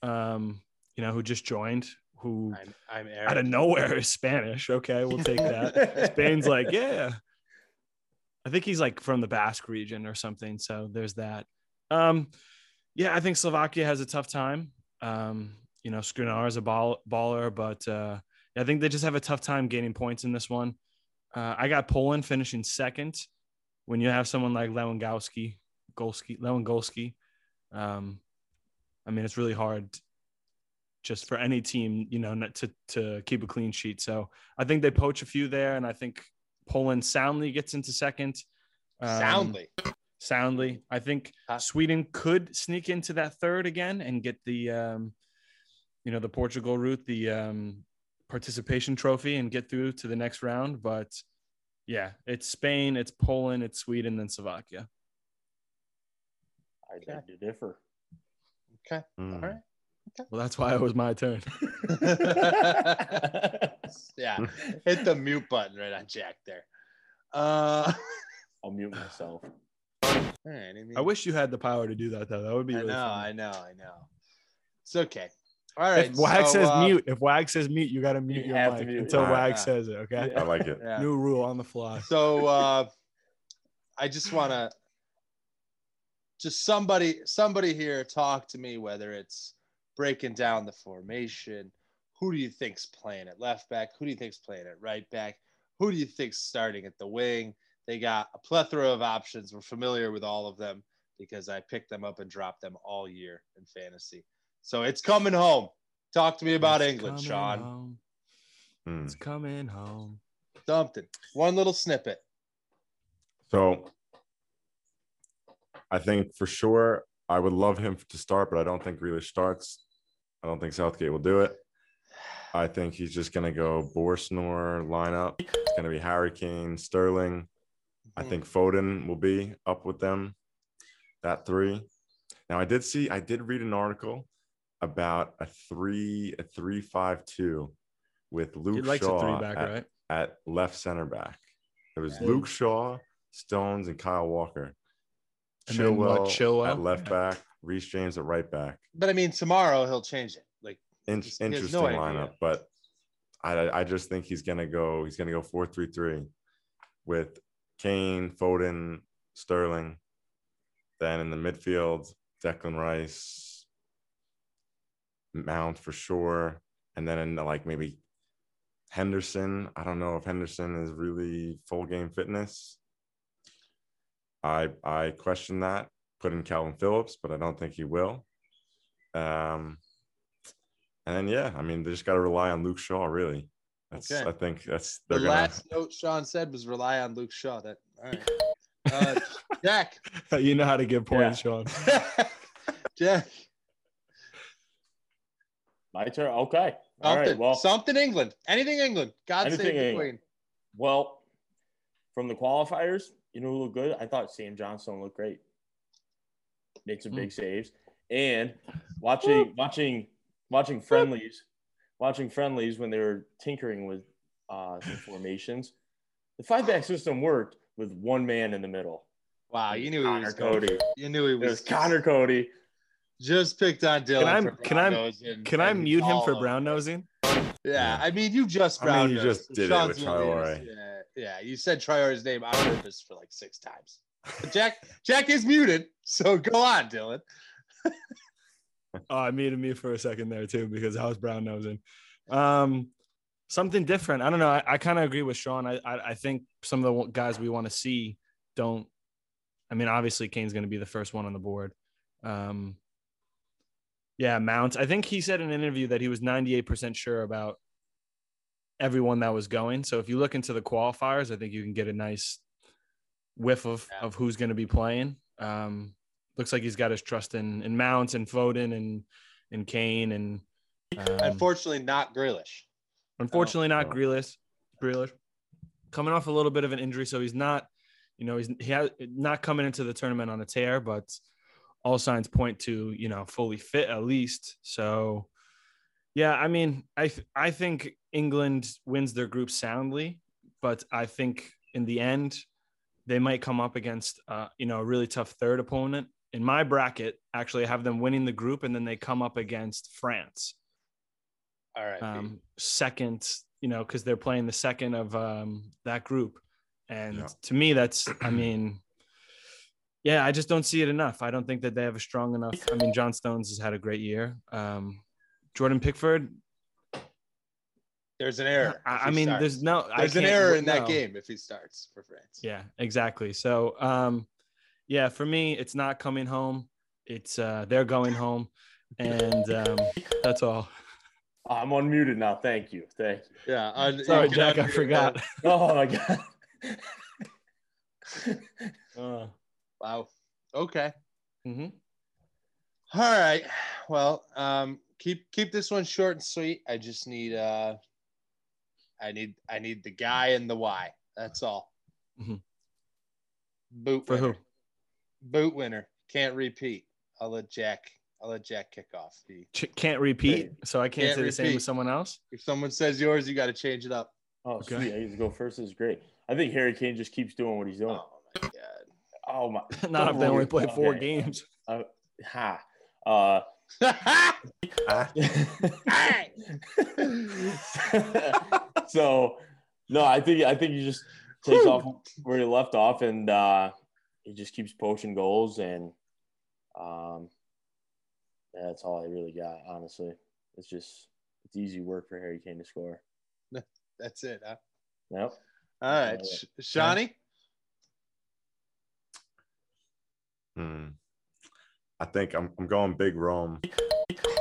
[SPEAKER 4] Um, you know, who just joined, who
[SPEAKER 3] I'm, I'm
[SPEAKER 4] out of
[SPEAKER 3] Eric. <laughs>
[SPEAKER 4] nowhere is Spanish. Okay, we'll take that. Spain's like, yeah. I I think he's like from the Basque region or something. So there's that. Um, yeah, I think Slovakia has a tough time. Um, you know, Skriniar is a ball, baller, but uh, I think they just have a tough time gaining points in this one. Uh, I got Poland finishing second. When you have someone like Lewandowski, Golski, Lewandowski, um, I mean, it's really hard just for any team, you know, not to to keep a clean sheet. So I think they poach a few there, and I think Poland soundly gets into second. Um,
[SPEAKER 3] Soundly.
[SPEAKER 4] soundly. I think
[SPEAKER 3] Huh.
[SPEAKER 4] Sweden could sneak into that third again and get the, um, you know, the Portugal route, the um, participation trophy, and get through to the next round. But yeah, it's Spain, it's Poland, it's Sweden, then Slovakia.
[SPEAKER 5] I beg to differ.
[SPEAKER 3] Okay.
[SPEAKER 4] hmm.
[SPEAKER 2] Mm.
[SPEAKER 3] right.
[SPEAKER 4] Well, that's why it was
[SPEAKER 3] <laughs>
[SPEAKER 4] my turn. <laughs>
[SPEAKER 3] yeah. Hit the mute button right on Jack there. Uh, <laughs>
[SPEAKER 5] I'll mute myself.
[SPEAKER 3] all right. I, mean,
[SPEAKER 4] I wish you had the power to do that though. That would be
[SPEAKER 3] I
[SPEAKER 4] really
[SPEAKER 3] know.
[SPEAKER 4] fun.
[SPEAKER 3] I know. I know. It's okay. All right.
[SPEAKER 4] if Wag
[SPEAKER 3] so,
[SPEAKER 4] says
[SPEAKER 3] uh,
[SPEAKER 4] mute, if Wag says mute, you got to mute
[SPEAKER 5] You
[SPEAKER 4] your
[SPEAKER 5] have to
[SPEAKER 4] mic
[SPEAKER 5] mute
[SPEAKER 4] until
[SPEAKER 2] it.
[SPEAKER 4] Wag
[SPEAKER 3] Yeah.
[SPEAKER 4] says it. Okay.
[SPEAKER 2] I like it.
[SPEAKER 3] yeah.
[SPEAKER 4] New rule on the fly.
[SPEAKER 3] So uh, I just want to just somebody somebody here talk to me whether it's breaking down the formation. Who do you think's playing at left back? Who do you think's playing at right back? Who do you think's starting at the wing? They got a plethora of options. We're familiar with all of them because I picked them up and dropped them all year in fantasy. So it's coming home. Talk to me about
[SPEAKER 4] It's
[SPEAKER 3] England,
[SPEAKER 4] coming
[SPEAKER 3] Sean.
[SPEAKER 4] home.
[SPEAKER 2] Mm.
[SPEAKER 4] It's coming home.
[SPEAKER 3] Something. One little snippet.
[SPEAKER 2] So I think for sure I would love him to start, but I don't think Grealish starts. I don't think Southgate will do it. I think he's just gonna go Borsnor lineup. It's gonna be Harry Kane, Sterling. I
[SPEAKER 4] Mm-hmm.
[SPEAKER 2] think Foden will be up with them. That three. Now I did see I did read an article about a three a three five two with Luke
[SPEAKER 4] He likes
[SPEAKER 2] Shaw
[SPEAKER 4] a three back,
[SPEAKER 2] at-
[SPEAKER 4] right?
[SPEAKER 2] at left center back. It was
[SPEAKER 3] Yeah.
[SPEAKER 2] Luke Shaw, Stones, and Kyle Walker.
[SPEAKER 4] And then what, Chilwell?
[SPEAKER 2] at left back, Reese James at right back.
[SPEAKER 3] But I mean, tomorrow he'll change it. Like,
[SPEAKER 2] In-
[SPEAKER 3] He has no
[SPEAKER 2] interesting
[SPEAKER 3] idea.
[SPEAKER 2] lineup, but I I just think he's gonna go he's gonna go four three three with Kane, Foden, Sterling. Then in the midfield, Declan Rice, Mount for sure, and then in like maybe Henderson. I don't know if Henderson is really full game fitness. I I question that. Put in Calvin Phillips, but I don't think he will. Um, and then yeah, I mean they just got to rely on Luke Shaw really. That's
[SPEAKER 3] Okay.
[SPEAKER 2] I think that's
[SPEAKER 3] the
[SPEAKER 2] they're gonna.
[SPEAKER 3] last note Sean said was rely on Luke Shaw. That all right.
[SPEAKER 2] <laughs>
[SPEAKER 3] Uh, Jack,
[SPEAKER 4] <laughs> you know how to give points, Sean.
[SPEAKER 3] Jack,
[SPEAKER 5] My turn. Okay. All
[SPEAKER 3] something,
[SPEAKER 5] right. Well,
[SPEAKER 3] something England, anything England. God save
[SPEAKER 5] Anything
[SPEAKER 3] the
[SPEAKER 5] England.
[SPEAKER 3] Queen.
[SPEAKER 5] well, from the qualifiers, you know who looked good? I thought Sam Johnson looked great. Made some big saves. And watching watching watching friendlies, watching friendlies when they were tinkering with uh,
[SPEAKER 3] <laughs>
[SPEAKER 5] some formations, the five back system worked with one man in the middle.
[SPEAKER 3] Wow, Ah, you knew he
[SPEAKER 5] Connor
[SPEAKER 3] was going.
[SPEAKER 5] Cody.
[SPEAKER 3] You knew he
[SPEAKER 5] It was
[SPEAKER 3] was
[SPEAKER 5] Connor Cody.
[SPEAKER 3] Just picked on Dylan.
[SPEAKER 4] I-
[SPEAKER 3] for
[SPEAKER 4] can I-
[SPEAKER 3] brown nose and-
[SPEAKER 4] Can I
[SPEAKER 3] and
[SPEAKER 4] mute him
[SPEAKER 3] all
[SPEAKER 4] for
[SPEAKER 3] of-
[SPEAKER 4] brown nosing?
[SPEAKER 3] Yeah,
[SPEAKER 2] Yeah.
[SPEAKER 3] I mean, you just
[SPEAKER 2] I mean,
[SPEAKER 3] brown.
[SPEAKER 2] you
[SPEAKER 3] nosed.
[SPEAKER 2] just did it
[SPEAKER 3] Sean's
[SPEAKER 2] with
[SPEAKER 3] gonna lose.
[SPEAKER 2] Traore.
[SPEAKER 3] Yeah, yeah, you said Traore's name on purpose for like six times. But Jack, Jack is muted, so go on, Dylan.
[SPEAKER 4] Oh, I muted me for a second there too because I was brown nosing. Um, something different. I don't know. I, I kind of agree with Sean. I, I I think some of the guys we want to see don't. I mean, obviously Kane's going to be the first one on the board. Um, yeah, Mount. I think he said in an interview that he was 98% sure about everyone that was going. So if you look into the qualifiers, I think you can get a nice whiff of,
[SPEAKER 3] Yeah.
[SPEAKER 4] of who's going to be playing. Um, looks like he's got his trust in, in Mount and Foden and, and Kane. And <laughs> um,
[SPEAKER 3] Unfortunately, not Grealish.
[SPEAKER 4] unfortunately, not
[SPEAKER 2] Oh.
[SPEAKER 4] Grealish. Grealish coming off a little bit of an injury. So he's not, you know, he's he has not coming into the tournament on a tear, but all signs point to you know fully fit at least. So yeah, I mean, I th- I think England wins their group soundly, but I think in the end they might come up against uh, you know a really tough third opponent. In my bracket, actually, I have them winning the group, and then they come up against France
[SPEAKER 3] All right.
[SPEAKER 4] um, second, you know, because they're playing the second of um, that group. And
[SPEAKER 2] Yeah.
[SPEAKER 4] to me, that's, I mean, yeah, I just don't see it enough. I don't think that they have a strong enough. I mean, John Stones has had a great year. Um, Jordan Pickford,
[SPEAKER 3] There's an error.
[SPEAKER 4] I,
[SPEAKER 3] if
[SPEAKER 4] I
[SPEAKER 3] he
[SPEAKER 4] mean,
[SPEAKER 3] starts.
[SPEAKER 4] there's no. I
[SPEAKER 3] there's an
[SPEAKER 4] can't-
[SPEAKER 3] error in that
[SPEAKER 4] no.
[SPEAKER 3] game if he starts for France.
[SPEAKER 4] Yeah, exactly. So, um, yeah, for me, it's not coming home. It's uh, they're going home, and um,
[SPEAKER 3] <laughs>
[SPEAKER 4] that's all.
[SPEAKER 5] I'm unmuted now. Thank you. Thank you.
[SPEAKER 3] Yeah. un-
[SPEAKER 4] Sorry,
[SPEAKER 3] you can
[SPEAKER 4] Jack, I
[SPEAKER 3] unmute
[SPEAKER 4] forgot.
[SPEAKER 3] that.
[SPEAKER 5] Oh my god. <laughs>
[SPEAKER 4] <laughs> Uh,
[SPEAKER 3] Wow. Okay.
[SPEAKER 4] mhm.
[SPEAKER 3] All right. Well, um, keep keep this one short and sweet. I just need uh, I need I need the guy and the why. That's all.
[SPEAKER 4] Mhm.
[SPEAKER 3] Boot
[SPEAKER 4] For
[SPEAKER 3] winner.
[SPEAKER 4] who?
[SPEAKER 3] Boot winner. Can't repeat. I'll let Jack. I'll let Jack kick off. He-
[SPEAKER 4] Ch- can't repeat, so I can't,
[SPEAKER 3] Can't
[SPEAKER 4] say the same
[SPEAKER 3] repeat.
[SPEAKER 4] with someone else. <laughs>
[SPEAKER 3] If someone says yours, you got to change it up.
[SPEAKER 5] Oh,
[SPEAKER 4] Okay.
[SPEAKER 5] sweet. I get to go first. This is great. I think Harry Kane just keeps doing what he's doing.
[SPEAKER 3] Oh my god.
[SPEAKER 5] Oh my.
[SPEAKER 4] Not if they only play four
[SPEAKER 5] Okay.
[SPEAKER 4] games.
[SPEAKER 5] Ha. Uh, <laughs>
[SPEAKER 2] Ah,
[SPEAKER 5] so no, I think I think he just takes off where he left off, and uh, he just keeps poaching goals, and um, that's all I really got. Honestly, it's just it's easy work for Harry Kane to score.
[SPEAKER 3] <laughs> That's it. Huh?
[SPEAKER 5] Yep.
[SPEAKER 3] All right,
[SPEAKER 5] Yeah.
[SPEAKER 3] Sh- Shawnee.
[SPEAKER 2] <laughs> hmm. I think I'm, I'm going big Rome,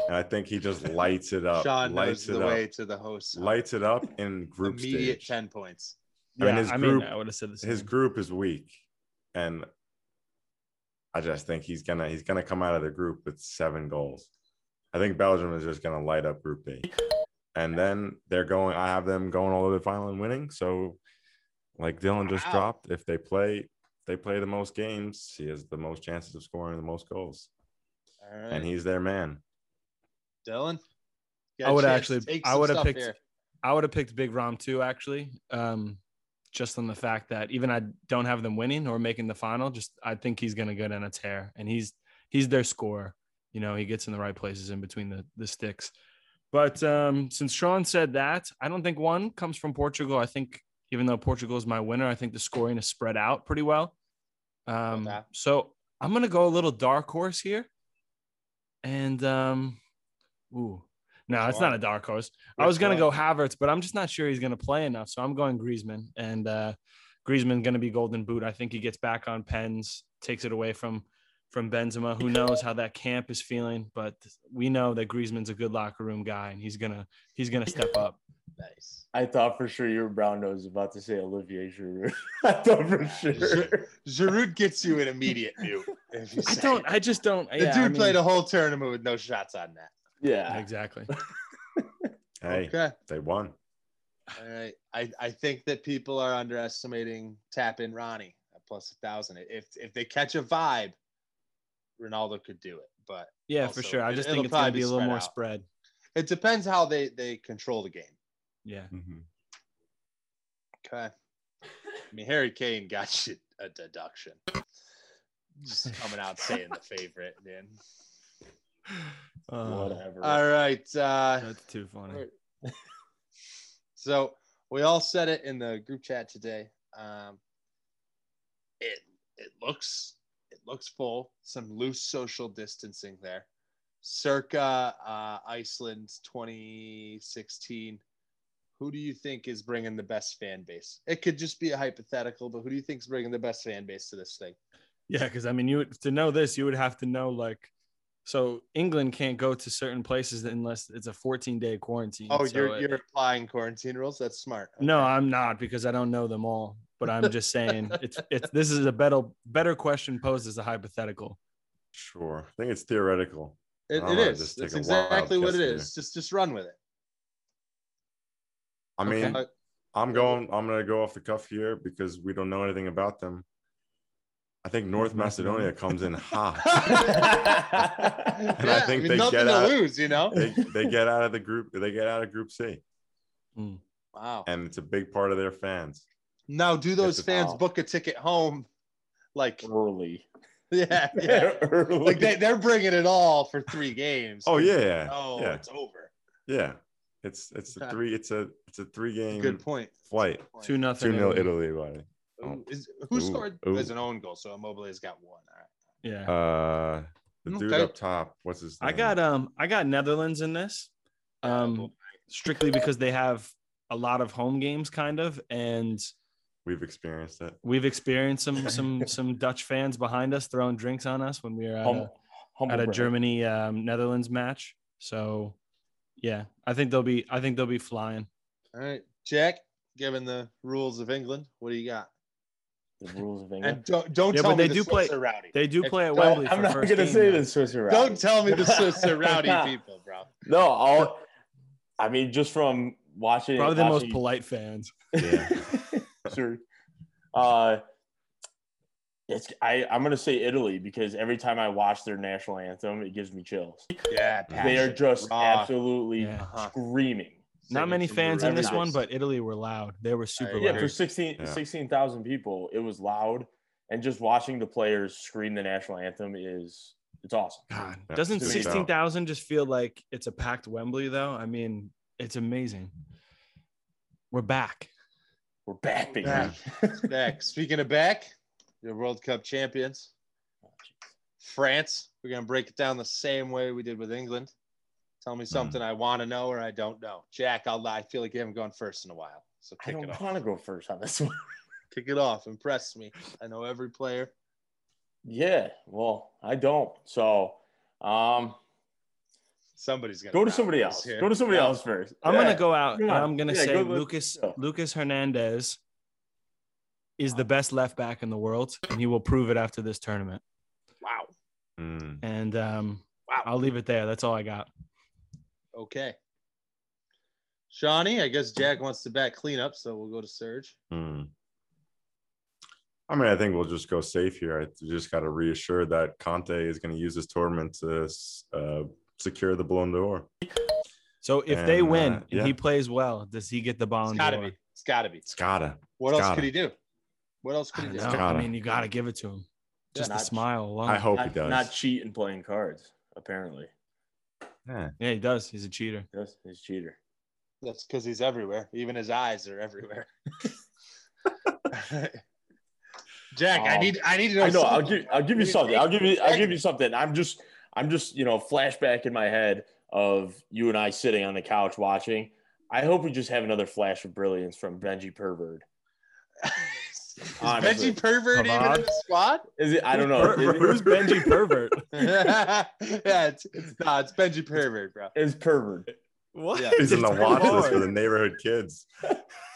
[SPEAKER 2] and I think he just lights it up.
[SPEAKER 3] Sean knows
[SPEAKER 2] lights it
[SPEAKER 3] the
[SPEAKER 2] up.
[SPEAKER 3] way to the host.
[SPEAKER 2] Lights it up in group
[SPEAKER 3] Immediate
[SPEAKER 2] stage.
[SPEAKER 3] ten points.
[SPEAKER 2] I mean,
[SPEAKER 4] Yeah,
[SPEAKER 2] his
[SPEAKER 4] I
[SPEAKER 2] group-
[SPEAKER 4] I would have said the same.
[SPEAKER 2] his group is weak and i just think he's gonna he's gonna come out of the group with seven goals i think belgium is just gonna light up group b and then they're going i have them going all the way to the final and winning so like dylan just
[SPEAKER 3] Wow.
[SPEAKER 2] dropped if they play they play the most games he has the most chances of scoring the most goals
[SPEAKER 3] All right.
[SPEAKER 2] and he's their man
[SPEAKER 3] Dylan.
[SPEAKER 4] I would
[SPEAKER 3] Got a
[SPEAKER 4] actually-
[SPEAKER 3] chance to take
[SPEAKER 4] I
[SPEAKER 3] some
[SPEAKER 4] would have
[SPEAKER 3] stuff
[SPEAKER 4] picked-
[SPEAKER 3] here.
[SPEAKER 4] I would have picked Big Rom too, actually. Um, just on the fact that even I don't have them winning or making the final, just I think he's gonna go down a tear, and he's he's their scorer. You know, he gets in the right places in between the the sticks. But um, since Sean said that, I don't think one comes from Portugal. I think even though Portugal is my winner, I think the scoring is spread out pretty well. Um,
[SPEAKER 3] Okay.
[SPEAKER 4] So I'm gonna go a little dark horse here, and um, ooh, no, it's not a dark horse. I was gonna go Havertz, but I'm just not sure he's gonna play enough. So I'm going Griezmann, and uh, Griezmann gonna be Golden Boot. I think he gets back on pens, takes it away from from Benzema. Who knows how that camp is feeling? But we know that Griezmann's a good locker room guy, and he's gonna he's gonna step up.
[SPEAKER 3] Nice.
[SPEAKER 5] I thought for sure your brown nose was about to say Olivier Giroud. <laughs> I thought for sure.
[SPEAKER 3] Giroud gets you an <laughs> immediate mute. If you
[SPEAKER 4] I
[SPEAKER 3] say
[SPEAKER 4] don't.
[SPEAKER 3] it.
[SPEAKER 4] I just don't.
[SPEAKER 3] the
[SPEAKER 4] yeah,
[SPEAKER 3] dude
[SPEAKER 4] I mean-
[SPEAKER 3] played a whole tournament with no shots on that.
[SPEAKER 5] Yeah.
[SPEAKER 4] exactly.
[SPEAKER 2] hey
[SPEAKER 3] Okay.
[SPEAKER 2] they won
[SPEAKER 3] All right. I, I think that people are underestimating tap in Ronnie at plus a thousand. If if they catch a vibe, Ronaldo could do it. But
[SPEAKER 4] Yeah,
[SPEAKER 3] Also,
[SPEAKER 4] for sure. I
[SPEAKER 3] it-
[SPEAKER 4] just
[SPEAKER 3] it'll
[SPEAKER 4] think it's gonna
[SPEAKER 3] probably
[SPEAKER 4] be
[SPEAKER 3] be
[SPEAKER 4] a little
[SPEAKER 3] spread
[SPEAKER 4] more
[SPEAKER 3] out.
[SPEAKER 4] spread.
[SPEAKER 3] it depends how they they control the game.
[SPEAKER 4] Yeah.
[SPEAKER 3] Okay. I mean, Harry Kane got <laughs> you a deduction. Just coming out saying the favorite, man.
[SPEAKER 4] Uh,
[SPEAKER 5] Whatever.
[SPEAKER 3] All
[SPEAKER 5] <laughs>
[SPEAKER 3] right. Uh,
[SPEAKER 4] that's too funny.
[SPEAKER 3] So we all said it in the group chat today. Um, it it looks it looks full. Some loose social distancing there, circa uh, Iceland 2016. Who do you think is bringing the best fan base? It could just be a hypothetical, but who do you think is bringing the best fan base to this thing?
[SPEAKER 4] Yeah, because I mean, you would, to know this, you would have to know like, so England can't go to certain places unless it's a 14 day quarantine.
[SPEAKER 3] Oh,
[SPEAKER 4] So
[SPEAKER 3] you're
[SPEAKER 4] it-
[SPEAKER 3] you're applying quarantine rules. That's smart.
[SPEAKER 4] no, I'm not because I don't know them all. But I'm just
[SPEAKER 3] <laughs>
[SPEAKER 4] saying, it's it's this is a better better question posed as a hypothetical.
[SPEAKER 2] sure i think it's theoretical
[SPEAKER 3] it,
[SPEAKER 2] I'm
[SPEAKER 3] it
[SPEAKER 2] gonna
[SPEAKER 3] is.
[SPEAKER 2] Oh, just take
[SPEAKER 3] That's
[SPEAKER 2] a wild
[SPEAKER 3] exactly what it
[SPEAKER 2] guess here.
[SPEAKER 3] is. Just just run with it.
[SPEAKER 2] i mean
[SPEAKER 4] Okay.
[SPEAKER 3] Uh,
[SPEAKER 2] I'm going. I'm going to go off the cuff here because we don't know anything about them. I think North Macedonia comes
[SPEAKER 4] <laughs>
[SPEAKER 2] in hot. And <laughs> I think they
[SPEAKER 3] nothing
[SPEAKER 2] get
[SPEAKER 3] to
[SPEAKER 2] out-
[SPEAKER 3] lose, you
[SPEAKER 2] <laughs>
[SPEAKER 3] know.
[SPEAKER 2] They, they get out of the group. They get out of Group C,
[SPEAKER 3] Wow.
[SPEAKER 2] and it's a big part of their fans.
[SPEAKER 3] Now, do those
[SPEAKER 2] Yes,
[SPEAKER 3] fans
[SPEAKER 5] wow.
[SPEAKER 3] book a ticket home? Like, <laughs>
[SPEAKER 5] early.
[SPEAKER 2] <laughs>
[SPEAKER 3] yeah, yeah.
[SPEAKER 5] <laughs> early.
[SPEAKER 3] like they, they're bringing it all for three games.
[SPEAKER 2] Oh yeah, yeah,
[SPEAKER 3] Oh,
[SPEAKER 2] yeah,
[SPEAKER 3] it's over.
[SPEAKER 2] yeah. It's it's a
[SPEAKER 3] Okay.
[SPEAKER 2] three. It's a it's a three game
[SPEAKER 3] Good point.
[SPEAKER 2] flight.
[SPEAKER 4] Two
[SPEAKER 3] point.
[SPEAKER 4] nothing.
[SPEAKER 2] Two 0 Italy, buddy.
[SPEAKER 3] Ooh, is, who
[SPEAKER 2] Ooh,
[SPEAKER 3] scored
[SPEAKER 2] ooh.
[SPEAKER 3] as an own goal? So Immobile's got one. All right.
[SPEAKER 4] Yeah.
[SPEAKER 2] Uh, the dude
[SPEAKER 3] Okay.
[SPEAKER 2] up top, what's his name?
[SPEAKER 4] I got um I got Netherlands in this. Um strictly because they have a lot of home games kind of and
[SPEAKER 2] We've experienced it.
[SPEAKER 4] we've experienced
[SPEAKER 3] <laughs>
[SPEAKER 4] some some some Dutch fans behind us throwing drinks on us when we were at
[SPEAKER 5] Hum-
[SPEAKER 4] a,
[SPEAKER 5] humble
[SPEAKER 4] at a
[SPEAKER 5] brag.
[SPEAKER 4] Germany um, Netherlands match. So yeah, I think they'll be I think they'll be flying.
[SPEAKER 3] All right, Jack. Given the rules of England, what do you got?
[SPEAKER 5] The rules of
[SPEAKER 3] And
[SPEAKER 5] England.
[SPEAKER 3] don't don't
[SPEAKER 4] Yeah,
[SPEAKER 3] tell
[SPEAKER 4] but
[SPEAKER 3] me
[SPEAKER 4] they
[SPEAKER 3] the
[SPEAKER 4] do play-
[SPEAKER 3] Swiss are rowdy.
[SPEAKER 4] They do
[SPEAKER 3] If-
[SPEAKER 4] play at
[SPEAKER 3] don't-
[SPEAKER 4] Wembley.
[SPEAKER 5] I'm
[SPEAKER 4] for
[SPEAKER 5] not
[SPEAKER 4] first
[SPEAKER 5] going to
[SPEAKER 4] game,
[SPEAKER 5] say
[SPEAKER 4] though.
[SPEAKER 5] the Swiss are rowdy.
[SPEAKER 3] Don't tell me the
[SPEAKER 5] <laughs>
[SPEAKER 3] Swiss are rowdy people, bro.
[SPEAKER 5] No, I'll, I mean, just from watching.
[SPEAKER 4] Probably the most
[SPEAKER 5] watching-
[SPEAKER 4] polite fans. <laughs>
[SPEAKER 2] Yeah.
[SPEAKER 5] sure. Uh, it's I. I'm gonna say Italy because every time I watch their national anthem, it gives me chills.
[SPEAKER 3] Yeah,
[SPEAKER 5] They are just
[SPEAKER 3] Raw.
[SPEAKER 5] absolutely
[SPEAKER 4] Yeah.
[SPEAKER 3] Uh-huh.
[SPEAKER 5] screaming.
[SPEAKER 4] Not many fans in this
[SPEAKER 5] Everybody.
[SPEAKER 4] one, but Italy were loud. They were super
[SPEAKER 5] Yeah,
[SPEAKER 4] loud.
[SPEAKER 5] for 16
[SPEAKER 2] Yeah.
[SPEAKER 5] 16,000 people, it was loud, and just watching the players scream the national anthem is it's awesome.
[SPEAKER 4] God,
[SPEAKER 2] Yeah,
[SPEAKER 4] doesn't
[SPEAKER 5] it's a big
[SPEAKER 4] sixteen thousand just feel like it's a packed Wembley though? I mean, it's amazing. We're back.
[SPEAKER 5] We're back, baby.
[SPEAKER 3] Yeah. back. Speaking of back, the World Cup champions, France. We're gonna break it down the same way we did with England. Tell me something I want to know or I don't know. Jack, I'll, I feel like you haven't gone first in a while, so
[SPEAKER 5] <laughs> I
[SPEAKER 3] kick
[SPEAKER 5] don't
[SPEAKER 3] it off.
[SPEAKER 5] want to go first on this one. <laughs>
[SPEAKER 3] Kick it off. Impress me. I know every player.
[SPEAKER 5] yeah, well, I don't. So, um,
[SPEAKER 3] Somebody's gonna
[SPEAKER 5] go to
[SPEAKER 3] round
[SPEAKER 5] somebody
[SPEAKER 3] us
[SPEAKER 5] else.
[SPEAKER 3] here.
[SPEAKER 5] Go to somebody
[SPEAKER 3] Yeah.
[SPEAKER 5] else first.
[SPEAKER 4] I'm
[SPEAKER 5] Yeah.
[SPEAKER 4] gonna go out
[SPEAKER 5] come
[SPEAKER 4] and
[SPEAKER 5] on.
[SPEAKER 4] I'm gonna
[SPEAKER 5] Yeah,
[SPEAKER 4] say
[SPEAKER 5] go with-
[SPEAKER 4] Lucas
[SPEAKER 5] yeah.
[SPEAKER 4] Lucas Hernandez is the best left back in the world, and he will prove it after this tournament.
[SPEAKER 3] Wow.
[SPEAKER 2] Mm.
[SPEAKER 4] And um,
[SPEAKER 3] Wow.
[SPEAKER 4] I'll leave it there. That's all I got.
[SPEAKER 3] Okay. Shawnee, I guess Jack wants to back cleanup, so we'll go to Serge.
[SPEAKER 2] Hmm. I mean, I think we'll just go safe here. I just got to reassure that Conte is going to use this tournament to uh, secure the Ballon d'Or.
[SPEAKER 4] So if they
[SPEAKER 2] And,
[SPEAKER 4] win
[SPEAKER 2] uh,
[SPEAKER 4] and
[SPEAKER 2] yeah.
[SPEAKER 4] he plays well, does he get the
[SPEAKER 3] It's
[SPEAKER 4] Ballon
[SPEAKER 3] gotta
[SPEAKER 4] d'Or?
[SPEAKER 3] be. It's gotta be.
[SPEAKER 2] It's gotta.
[SPEAKER 3] What
[SPEAKER 2] It's
[SPEAKER 3] else
[SPEAKER 2] gotta.
[SPEAKER 3] could he do? What else
[SPEAKER 4] I,
[SPEAKER 3] could he
[SPEAKER 4] don't
[SPEAKER 3] do?
[SPEAKER 4] know. I
[SPEAKER 2] gotta.
[SPEAKER 4] mean, you gotta give it to him. Just
[SPEAKER 5] Not-
[SPEAKER 4] the smile alone.
[SPEAKER 2] I hope he
[SPEAKER 5] Not,
[SPEAKER 2] does.
[SPEAKER 5] not cheat and playing cards, apparently.
[SPEAKER 2] Yeah.
[SPEAKER 4] Yeah, he does. He's a cheater.
[SPEAKER 5] That's his cheater.
[SPEAKER 3] That's because he's everywhere. Even his eyes are everywhere. <laughs> Jack, I
[SPEAKER 5] Um,
[SPEAKER 3] need I need to know.
[SPEAKER 5] I know. I'll
[SPEAKER 3] something.
[SPEAKER 5] give. I'll give you something. I'll give you. I'll give you something. I'm just. I'm just. You know, flashback in my head of you and I sitting on the couch watching. I hope we just have another flash of brilliance from Benji Pervert.
[SPEAKER 3] Is
[SPEAKER 5] Honestly. <laughs>
[SPEAKER 3] Benji Pervert even in
[SPEAKER 4] Pavard?
[SPEAKER 3] the squad?
[SPEAKER 5] Is it? I don't
[SPEAKER 2] Oh,
[SPEAKER 5] know.
[SPEAKER 4] Pervert. Who's Benji
[SPEAKER 2] <laughs>
[SPEAKER 4] Pervert?
[SPEAKER 3] <laughs> yeah, it's, it's, nah, it's Benji Pervert, bro.
[SPEAKER 5] Is Pervert?
[SPEAKER 4] What?
[SPEAKER 3] Yeah.
[SPEAKER 2] <laughs> He's in the
[SPEAKER 4] It's
[SPEAKER 2] watch list
[SPEAKER 4] hard.
[SPEAKER 2] for the neighborhood kids.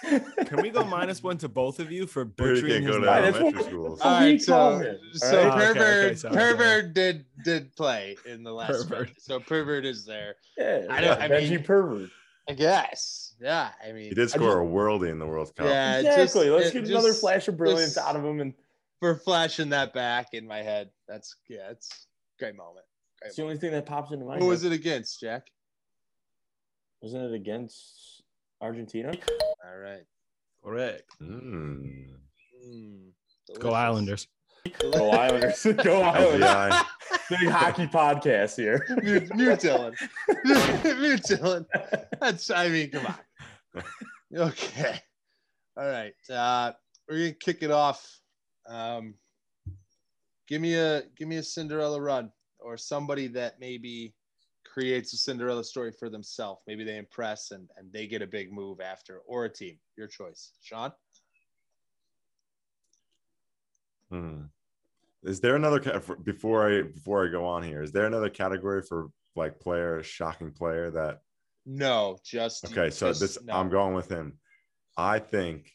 [SPEAKER 4] Can we go minus one to both of
[SPEAKER 2] <laughs>
[SPEAKER 4] you for
[SPEAKER 2] Dude, you
[SPEAKER 4] butchering
[SPEAKER 2] can't
[SPEAKER 4] his
[SPEAKER 2] go to
[SPEAKER 4] name?
[SPEAKER 5] <laughs> That's what-
[SPEAKER 2] elementary schools.
[SPEAKER 5] All
[SPEAKER 3] All right,
[SPEAKER 5] Weak
[SPEAKER 3] so,
[SPEAKER 5] moment.
[SPEAKER 3] so
[SPEAKER 4] All right. Okay, okay,
[SPEAKER 3] Pervert
[SPEAKER 4] sorry,
[SPEAKER 3] Pervert
[SPEAKER 4] sorry.
[SPEAKER 3] did did play in the last
[SPEAKER 4] Pervert.
[SPEAKER 3] round. so Pervert is there,
[SPEAKER 5] Yeah.
[SPEAKER 3] I don't- I
[SPEAKER 5] Benji
[SPEAKER 3] mean-
[SPEAKER 5] Pervert.
[SPEAKER 3] I guess. Yeah, I mean,
[SPEAKER 2] He did score a worldie in the World Cup.
[SPEAKER 3] yeah, it uh, just-
[SPEAKER 5] Exactly. Let's
[SPEAKER 3] it
[SPEAKER 5] get another
[SPEAKER 3] just-
[SPEAKER 5] flash of brilliance
[SPEAKER 3] just-
[SPEAKER 5] out of him and
[SPEAKER 3] for flashing that back in my head. That's yeah, it's a great moment.
[SPEAKER 5] It's the only thing that pops into my
[SPEAKER 3] Who
[SPEAKER 5] head.
[SPEAKER 3] was it against, Jack?
[SPEAKER 5] Wasn't it against
[SPEAKER 3] <laughs>
[SPEAKER 5] Argentina?
[SPEAKER 3] All right.
[SPEAKER 4] Correct.
[SPEAKER 2] Mm.
[SPEAKER 3] Mm,
[SPEAKER 4] Go
[SPEAKER 3] delicious.
[SPEAKER 4] Islanders.
[SPEAKER 5] Go Islanders. <laughs>
[SPEAKER 3] Oh,
[SPEAKER 2] <laughs>
[SPEAKER 5] Go Islanders.
[SPEAKER 2] LGI.
[SPEAKER 5] Big hockey podcast here.
[SPEAKER 3] <laughs> mute, mute Dylan. mute Dylan. That's I mean, come on. Okay. All right. Uh, we're gonna kick it off. Um, give me a give me a Cinderella run or somebody that maybe creates a Cinderella story for themselves. Maybe they impress and, and they get a big move after or a team. Your choice. Sean?
[SPEAKER 2] Hmm. Is there another ca- for- before I before I go on here? Is there another category for like player shocking player that
[SPEAKER 3] No, just
[SPEAKER 2] Okay, so
[SPEAKER 3] just
[SPEAKER 2] this
[SPEAKER 3] no.
[SPEAKER 2] I'm going with him. I think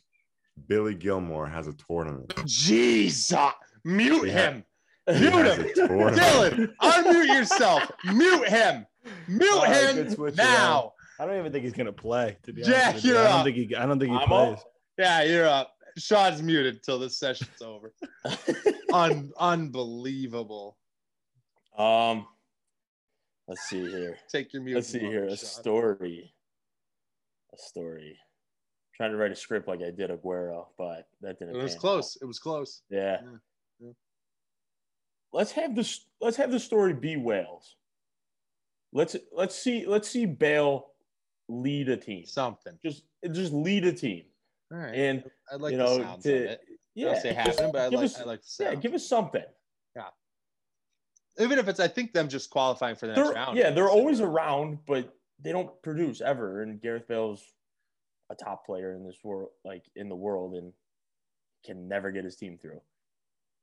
[SPEAKER 2] Billy Gilmore has a tournament.
[SPEAKER 3] Jesus. Mute
[SPEAKER 2] We have-
[SPEAKER 3] him.
[SPEAKER 2] He
[SPEAKER 3] Mute
[SPEAKER 4] <laughs>
[SPEAKER 2] has
[SPEAKER 3] him.
[SPEAKER 2] a tournament.
[SPEAKER 3] Dylan, unmute yourself. Mute him. Mute
[SPEAKER 5] All right, good
[SPEAKER 3] him
[SPEAKER 5] switch
[SPEAKER 3] now.
[SPEAKER 4] I don't even think he's gonna play. To be
[SPEAKER 3] Jack,
[SPEAKER 4] honest with you.
[SPEAKER 3] you're
[SPEAKER 4] I don't
[SPEAKER 3] up.
[SPEAKER 4] think he. I don't think he
[SPEAKER 5] I'm
[SPEAKER 4] plays.
[SPEAKER 5] up.
[SPEAKER 3] Yeah, you're up. Sean's muted until this session's over. Un- unbelievable.
[SPEAKER 5] um, let's see here.
[SPEAKER 3] Take your mute.
[SPEAKER 5] Let's see
[SPEAKER 3] button,
[SPEAKER 5] here. A
[SPEAKER 3] Sean.
[SPEAKER 5] story. A story. trying to write a script like I did Aguero, but that didn't.
[SPEAKER 3] It was
[SPEAKER 5] pan out.
[SPEAKER 3] close. It was close.
[SPEAKER 5] Yeah.
[SPEAKER 3] Yeah, yeah.
[SPEAKER 5] Let's have this. Let's have the story be Wales. Let's let's see let's see Bale lead a team.
[SPEAKER 3] Something.
[SPEAKER 5] Just just lead a team
[SPEAKER 3] All right.
[SPEAKER 5] and
[SPEAKER 3] I like
[SPEAKER 5] you
[SPEAKER 3] the
[SPEAKER 5] know
[SPEAKER 3] sounds of
[SPEAKER 5] to
[SPEAKER 3] it.
[SPEAKER 5] Yeah,
[SPEAKER 3] I don't say
[SPEAKER 5] just
[SPEAKER 3] happen, but I
[SPEAKER 5] give
[SPEAKER 3] like,
[SPEAKER 5] us-
[SPEAKER 3] I like the
[SPEAKER 5] yeah,
[SPEAKER 3] sound.
[SPEAKER 5] give us something.
[SPEAKER 3] Even if it's, I think them just qualifying for the next
[SPEAKER 5] They're,
[SPEAKER 3] round.
[SPEAKER 5] yeah, they're always around, but they don't produce ever. And Gareth Bale's a top player in this world, like in the world, and can never get his team through.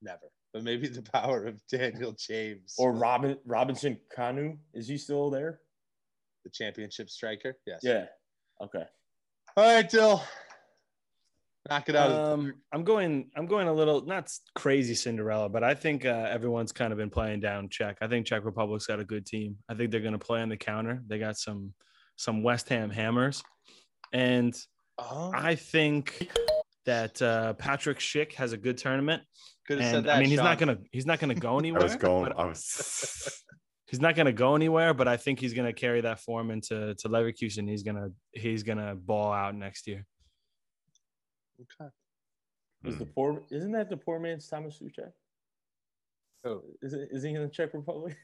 [SPEAKER 3] never. But maybe the power of Daniel James
[SPEAKER 5] Or
[SPEAKER 3] was
[SPEAKER 5] Robin Robinson Kanu, is he still there?
[SPEAKER 3] the championship striker. Yes.
[SPEAKER 5] Yeah. Okay.
[SPEAKER 3] All right, Dill. Knock it out.
[SPEAKER 5] Uh,
[SPEAKER 3] of the
[SPEAKER 4] Um, I'm going. I'm going a little not s- crazy Cinderella, but I think uh, everyone's kind of been playing down Czech. I think Czech Republic's got a good team. I think they're going to play on the counter. They got some some West Ham hammers, and
[SPEAKER 3] oh, I
[SPEAKER 4] I think that uh, Patrick Schick has a good tournament.
[SPEAKER 3] could have said
[SPEAKER 4] And
[SPEAKER 3] that.
[SPEAKER 4] I mean, he's
[SPEAKER 3] Sean.
[SPEAKER 4] not gonna he's not gonna go
[SPEAKER 2] <laughs> I
[SPEAKER 4] anywhere.
[SPEAKER 2] was going.
[SPEAKER 4] but-
[SPEAKER 2] I was. <laughs>
[SPEAKER 4] he's not gonna go anywhere, but I think he's gonna carry that form into to Leverkusen. He's gonna he's gonna ball out next year. <laughs>
[SPEAKER 3] Okay.
[SPEAKER 5] Is the
[SPEAKER 2] Hmm.
[SPEAKER 5] poor isn't that the poor man's Thomas Suchek?
[SPEAKER 3] Oh.
[SPEAKER 5] Is it is he in the Czech Republic?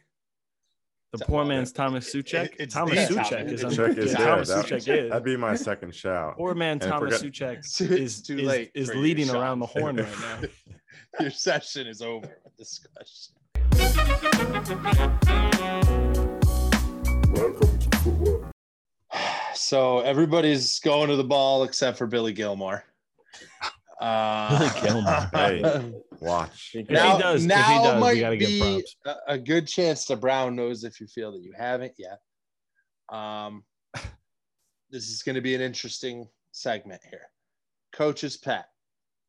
[SPEAKER 4] The
[SPEAKER 3] It's-
[SPEAKER 4] poor
[SPEAKER 3] well,
[SPEAKER 4] man's
[SPEAKER 3] it-
[SPEAKER 4] Thomas
[SPEAKER 3] it-
[SPEAKER 4] Suchek.
[SPEAKER 3] it's
[SPEAKER 4] Thomas
[SPEAKER 3] there.
[SPEAKER 4] Suchek is
[SPEAKER 5] Thomas
[SPEAKER 4] on
[SPEAKER 2] Suchek is
[SPEAKER 4] yeah,
[SPEAKER 2] there.
[SPEAKER 4] Thomas
[SPEAKER 2] That-
[SPEAKER 4] Suchek
[SPEAKER 2] That'd
[SPEAKER 4] is.
[SPEAKER 2] be my second shout.
[SPEAKER 4] Poor man
[SPEAKER 2] And if we're
[SPEAKER 4] Thomas
[SPEAKER 2] gonna-
[SPEAKER 4] Suchek
[SPEAKER 3] It's
[SPEAKER 4] is
[SPEAKER 3] too
[SPEAKER 4] is-
[SPEAKER 3] late
[SPEAKER 4] is
[SPEAKER 3] for you,
[SPEAKER 4] leading
[SPEAKER 3] Sean.
[SPEAKER 4] around the horn right now.
[SPEAKER 3] <laughs> Your session is over with this question. <sighs> So everybody's going to the ball except for Billy Gilmore. Uh,
[SPEAKER 4] <laughs> Billy Gilmore.
[SPEAKER 3] <laughs>
[SPEAKER 2] Hey. Watch.
[SPEAKER 5] Think
[SPEAKER 4] If he
[SPEAKER 3] now,
[SPEAKER 5] about-
[SPEAKER 4] does- if he
[SPEAKER 3] now
[SPEAKER 4] does, we
[SPEAKER 3] might
[SPEAKER 4] gotta give
[SPEAKER 3] be
[SPEAKER 4] props.
[SPEAKER 3] a, a good chance to brown nose if you feel that you haven't yet.
[SPEAKER 4] <laughs>
[SPEAKER 3] Um, this is going to be an interesting segment here. Coach's pet.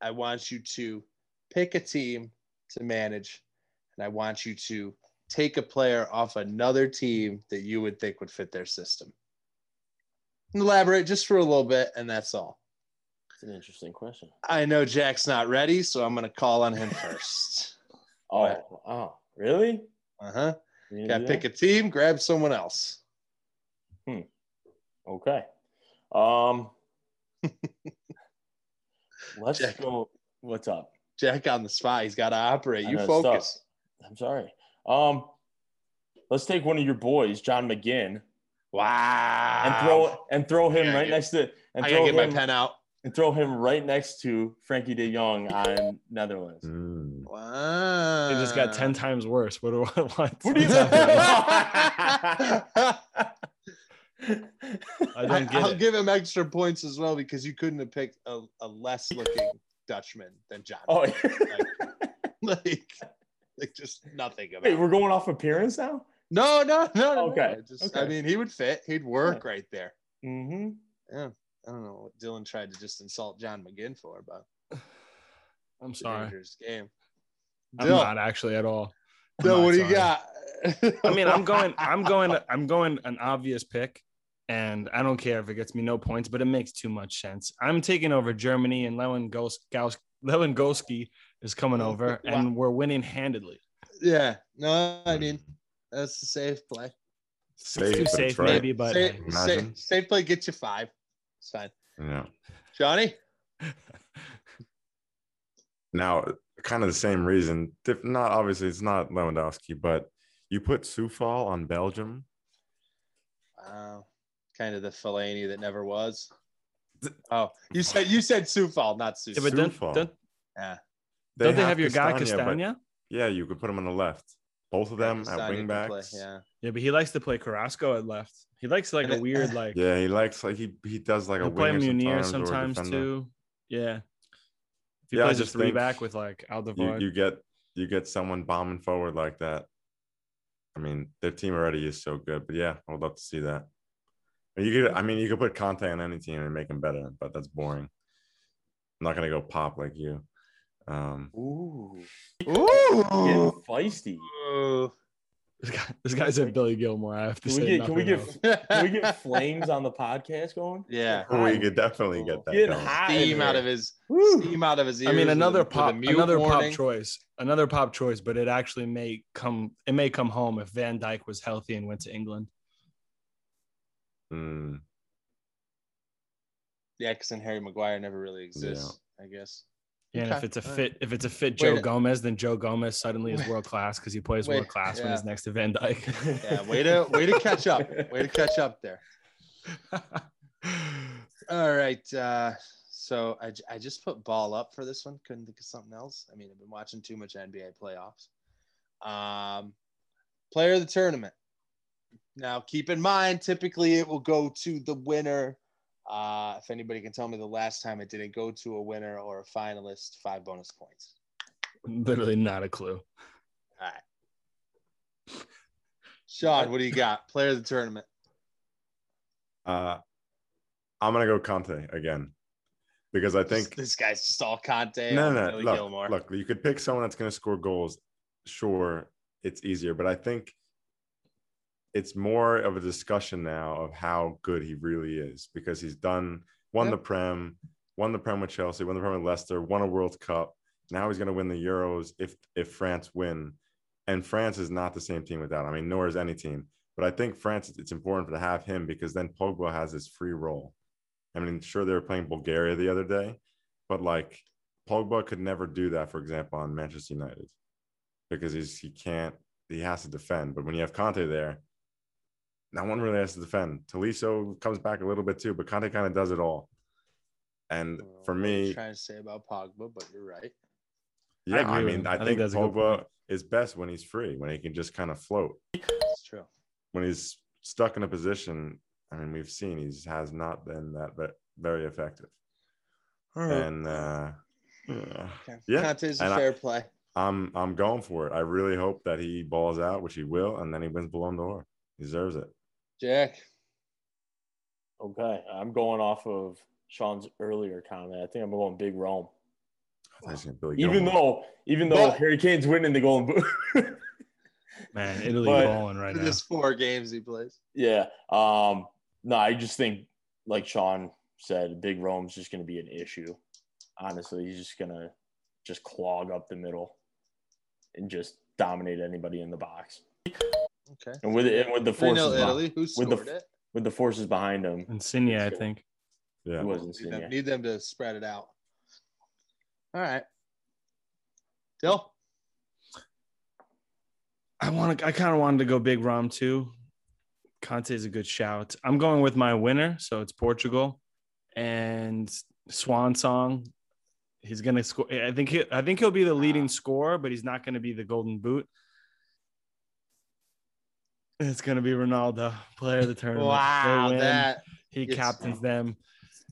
[SPEAKER 3] I want you to pick a team to manage, and I want you to take a player off another team that you would think would fit their system. Elaborate just for a little bit, and that's all.
[SPEAKER 5] It's an interesting question.
[SPEAKER 3] I know Jack's not ready, so I'm going to call on him
[SPEAKER 4] <laughs>
[SPEAKER 3] first.
[SPEAKER 5] Oh,
[SPEAKER 3] Right.
[SPEAKER 5] oh, really?
[SPEAKER 3] Uh huh.
[SPEAKER 5] You
[SPEAKER 3] Got
[SPEAKER 5] gonna
[SPEAKER 3] to
[SPEAKER 5] do
[SPEAKER 3] pick
[SPEAKER 5] that?
[SPEAKER 3] a team, grab someone else.
[SPEAKER 5] Okay.
[SPEAKER 3] <laughs>
[SPEAKER 5] Um let's
[SPEAKER 3] Check.
[SPEAKER 5] go. What's up?
[SPEAKER 3] Jack on the spot. He's got to operate.
[SPEAKER 5] I
[SPEAKER 3] You
[SPEAKER 5] know, it's
[SPEAKER 3] focus.
[SPEAKER 5] I'm sorry. Um let's take one of your boys, John McGinn,
[SPEAKER 3] Wow.
[SPEAKER 5] and throw and throw him
[SPEAKER 3] Yeah, Ah, I
[SPEAKER 5] right
[SPEAKER 3] get-
[SPEAKER 5] next to and
[SPEAKER 3] I
[SPEAKER 5] throw
[SPEAKER 3] gotta get my
[SPEAKER 5] him-
[SPEAKER 3] pen out.
[SPEAKER 5] and throw him right next to Frankie De Jong on Netherlands.
[SPEAKER 2] Mm.
[SPEAKER 3] Wow.
[SPEAKER 4] It just got
[SPEAKER 5] <laughs>
[SPEAKER 4] ten times worse. What do I <laughs> want?
[SPEAKER 5] What do you-
[SPEAKER 3] <laughs>
[SPEAKER 4] I
[SPEAKER 3] I,
[SPEAKER 4] don't get
[SPEAKER 3] will
[SPEAKER 4] it.
[SPEAKER 3] give him extra points as well because you couldn't have picked a, a less looking Dutchman than John.
[SPEAKER 5] Oh,
[SPEAKER 3] like, like just nothing about.
[SPEAKER 5] wait,
[SPEAKER 3] it.
[SPEAKER 5] we're going off appearance now.
[SPEAKER 3] No, no, no, no.
[SPEAKER 5] Okay,
[SPEAKER 3] no. Just, I
[SPEAKER 5] okay.
[SPEAKER 3] mean, he would fit. He'd work right there.
[SPEAKER 5] Mm-hmm.
[SPEAKER 3] I don't know what Dylan tried to just insult John McGinn for, but
[SPEAKER 4] I'm
[SPEAKER 3] it's a
[SPEAKER 4] sorry.
[SPEAKER 3] dangerous game.
[SPEAKER 4] I'm
[SPEAKER 3] Dill.
[SPEAKER 4] not actually at all. I'm
[SPEAKER 3] Dill,
[SPEAKER 4] not
[SPEAKER 3] what do
[SPEAKER 4] sorry.
[SPEAKER 3] you got?
[SPEAKER 4] I mean, I'm going, I'm going, I'm going an obvious pick, and I don't care if it gets me no points, but it makes too much sense. I'm taking over Germany, and Lewandowski, Lewandowski is coming
[SPEAKER 3] Oh,
[SPEAKER 4] over, and we're winning handedly.
[SPEAKER 3] <laughs> Yeah. No,
[SPEAKER 4] Hmm.
[SPEAKER 3] I mean that's the safe play.
[SPEAKER 4] It's
[SPEAKER 2] Safe,
[SPEAKER 4] too
[SPEAKER 2] but
[SPEAKER 4] safe,
[SPEAKER 2] it's right.
[SPEAKER 4] maybe, but
[SPEAKER 3] safe,
[SPEAKER 4] hey,
[SPEAKER 3] safe,
[SPEAKER 2] Imagine.
[SPEAKER 3] safe play gets you five. It's fine.
[SPEAKER 2] Yeah.
[SPEAKER 3] Johnny.
[SPEAKER 2] Now, kind of the same reason. If not obviously, it's not Lewandowski, but you put Sufal on Belgium.
[SPEAKER 3] Wow. Kind of the Fellaini that never was. Oh, you said you said Sufal, not Sus.
[SPEAKER 4] Yeah, but don't,
[SPEAKER 2] Sufal.
[SPEAKER 4] don't, don't
[SPEAKER 3] Yeah.
[SPEAKER 4] they, have, your guy
[SPEAKER 2] but-
[SPEAKER 4] Castagna?
[SPEAKER 2] yeah, you could put him on the left. Both of them at
[SPEAKER 3] Pakistani can
[SPEAKER 2] wing
[SPEAKER 3] play,
[SPEAKER 2] backs.
[SPEAKER 3] Yeah.
[SPEAKER 4] Yeah, but he likes to play Carrasco at left. He likes like
[SPEAKER 3] <laughs>
[SPEAKER 4] a weird like.
[SPEAKER 2] Yeah, he likes like he he does like
[SPEAKER 4] he'll
[SPEAKER 2] a
[SPEAKER 4] play
[SPEAKER 2] winger
[SPEAKER 4] Munir sometimes,
[SPEAKER 2] sometimes, or a defender.
[SPEAKER 4] too. Yeah. If he
[SPEAKER 2] Yeah, I
[SPEAKER 4] plays a
[SPEAKER 2] just
[SPEAKER 4] three
[SPEAKER 2] think
[SPEAKER 4] back with like Aldevar,
[SPEAKER 2] You, you get you get someone bombing forward like that. I mean, their team already is so good, but yeah, I would love to see that. And You could, I mean, you could put Conte on any team and make him better, but that's boring. I'm not gonna go pop like you. Um,
[SPEAKER 5] Ooh,
[SPEAKER 3] Ooh.
[SPEAKER 5] getting feisty.
[SPEAKER 4] this, guy, this guy said Billy Gilmore. I have to
[SPEAKER 5] Can
[SPEAKER 4] say,
[SPEAKER 5] we get? Can we
[SPEAKER 4] nothing
[SPEAKER 5] get?
[SPEAKER 4] else.
[SPEAKER 5] Can
[SPEAKER 3] <laughs>
[SPEAKER 5] we get flames on the podcast going?
[SPEAKER 3] Yeah.
[SPEAKER 2] we could definitely get that.
[SPEAKER 5] Get
[SPEAKER 2] going.
[SPEAKER 5] hot in
[SPEAKER 3] steam out
[SPEAKER 5] here.
[SPEAKER 3] of his
[SPEAKER 5] Woo.
[SPEAKER 3] steam out of his ears.
[SPEAKER 4] I mean,
[SPEAKER 3] with a-
[SPEAKER 4] another
[SPEAKER 3] with a
[SPEAKER 4] pop,
[SPEAKER 3] mute
[SPEAKER 4] another
[SPEAKER 3] warning.
[SPEAKER 4] pop choice, another pop choice, but it actually may come, it may come home if Van Dyke was healthy and went to England.
[SPEAKER 2] Mm,
[SPEAKER 3] Yeah, because then Harry Maguire never really exists, I guess.
[SPEAKER 4] And
[SPEAKER 3] Okay.
[SPEAKER 4] if it's a
[SPEAKER 3] All right.
[SPEAKER 4] fit, if it's a fit Joe
[SPEAKER 3] Wait.
[SPEAKER 4] Gomez, then Joe Gomez suddenly is world class because he plays
[SPEAKER 3] Wait,
[SPEAKER 4] world class when he's next to Van Dyke.
[SPEAKER 3] Yeah, way to way to catch up. Way to catch up there. All right. Uh, So I, j- I just put ball up for this one. Couldn't think of something else. I mean, I've been watching too much NBA playoffs. Um, player of the tournament. Now, keep in mind, typically it will go to the winner. Uh, if anybody can tell me the last time it didn't go to a winner or a finalist, five bonus points.
[SPEAKER 4] <laughs> Literally not a clue.
[SPEAKER 3] All right. Sean, what do you got? Player of the tournament.
[SPEAKER 2] Uh, I'm gonna go Conte again because I think
[SPEAKER 3] this, this guy's just all Conte.
[SPEAKER 2] no,
[SPEAKER 3] on
[SPEAKER 2] no, no.
[SPEAKER 3] Billy
[SPEAKER 2] Look,
[SPEAKER 3] Gilmore.
[SPEAKER 2] look, you could pick someone that's gonna score goals. Sure, it's easier, but I think it's more of a discussion now of how good he really is because he's done won
[SPEAKER 3] Yep.
[SPEAKER 2] the Prem, won the Prem with Chelsea, won the Prem with Leicester, won a World Cup. Now he's gonna win the Euros if if France win, and France is not the same team without. him. I mean, nor is any team. But I think France, it's important to have him because then Pogba has his free role. I mean, sure they were playing Bulgaria the other day, but like Pogba could never do that, for example, on Manchester United because he's he can't he has to defend. But when you have Conte there, no one really has to defend. Tolisso comes back a little bit too, but Conte kind of does it all.
[SPEAKER 3] I
[SPEAKER 2] And
[SPEAKER 3] don't know
[SPEAKER 2] for
[SPEAKER 3] what you're
[SPEAKER 2] me,
[SPEAKER 3] trying to say about Pogba, but you're right.
[SPEAKER 2] yeah,
[SPEAKER 4] agree
[SPEAKER 2] I,
[SPEAKER 4] with
[SPEAKER 2] mean,
[SPEAKER 4] him.
[SPEAKER 2] I,
[SPEAKER 4] I think
[SPEAKER 2] think,
[SPEAKER 4] that's a good
[SPEAKER 2] Pogba
[SPEAKER 4] point.
[SPEAKER 2] is best when he's free, when he can just kind of float.
[SPEAKER 3] It's true.
[SPEAKER 2] when he's stuck in a position, I mean, we've seen he's has not been that ve- very effective. And uh,
[SPEAKER 3] okay.
[SPEAKER 2] yeah,
[SPEAKER 3] Conte's a
[SPEAKER 2] and I-
[SPEAKER 3] fair play.
[SPEAKER 2] I'm I'm going for it. I really hope that he balls out, which he will, and then he wins Ballon d'Or. He deserves it.
[SPEAKER 3] Jack,
[SPEAKER 5] Okay, I'm going off of Sean's earlier comment. I think I'm going Big Rome.
[SPEAKER 2] I thought he was gonna Billy
[SPEAKER 5] Even
[SPEAKER 2] Gilmore.
[SPEAKER 5] though, even though
[SPEAKER 3] But-
[SPEAKER 5] Harry Kane's winning the Golden Boot. <laughs>
[SPEAKER 4] Man, Italy
[SPEAKER 5] But-
[SPEAKER 4] balling right
[SPEAKER 3] for
[SPEAKER 4] now.
[SPEAKER 3] this four games he plays.
[SPEAKER 5] yeah. Um. No, I just think, like Sean said, Big Rome's just going to be an issue. Honestly, he's just going to just clog up the middle and just dominate anybody in the box.
[SPEAKER 3] Okay.
[SPEAKER 5] And with and with the
[SPEAKER 3] 3 0
[SPEAKER 5] forces behind,
[SPEAKER 3] Italy. Who scored
[SPEAKER 5] the
[SPEAKER 3] it?
[SPEAKER 5] with the forces behind him,
[SPEAKER 4] Insigne, I think.
[SPEAKER 2] yeah,
[SPEAKER 5] it was
[SPEAKER 3] Need them,
[SPEAKER 5] Insigne.
[SPEAKER 3] need them to spread it out. All right. Dill,
[SPEAKER 4] I want to. I kind of wanted to go big Rom too. Conte is a good shout. I'm going with my winner, so it's Portugal, and Swan Song. He's gonna score. I think. He, I think he'll be the leading scorer, but he's not gonna be the Golden Boot. It's gonna be Ronaldo, player of the tournament.
[SPEAKER 3] wow,
[SPEAKER 4] They win.
[SPEAKER 3] that
[SPEAKER 4] he
[SPEAKER 3] is-
[SPEAKER 4] captains them.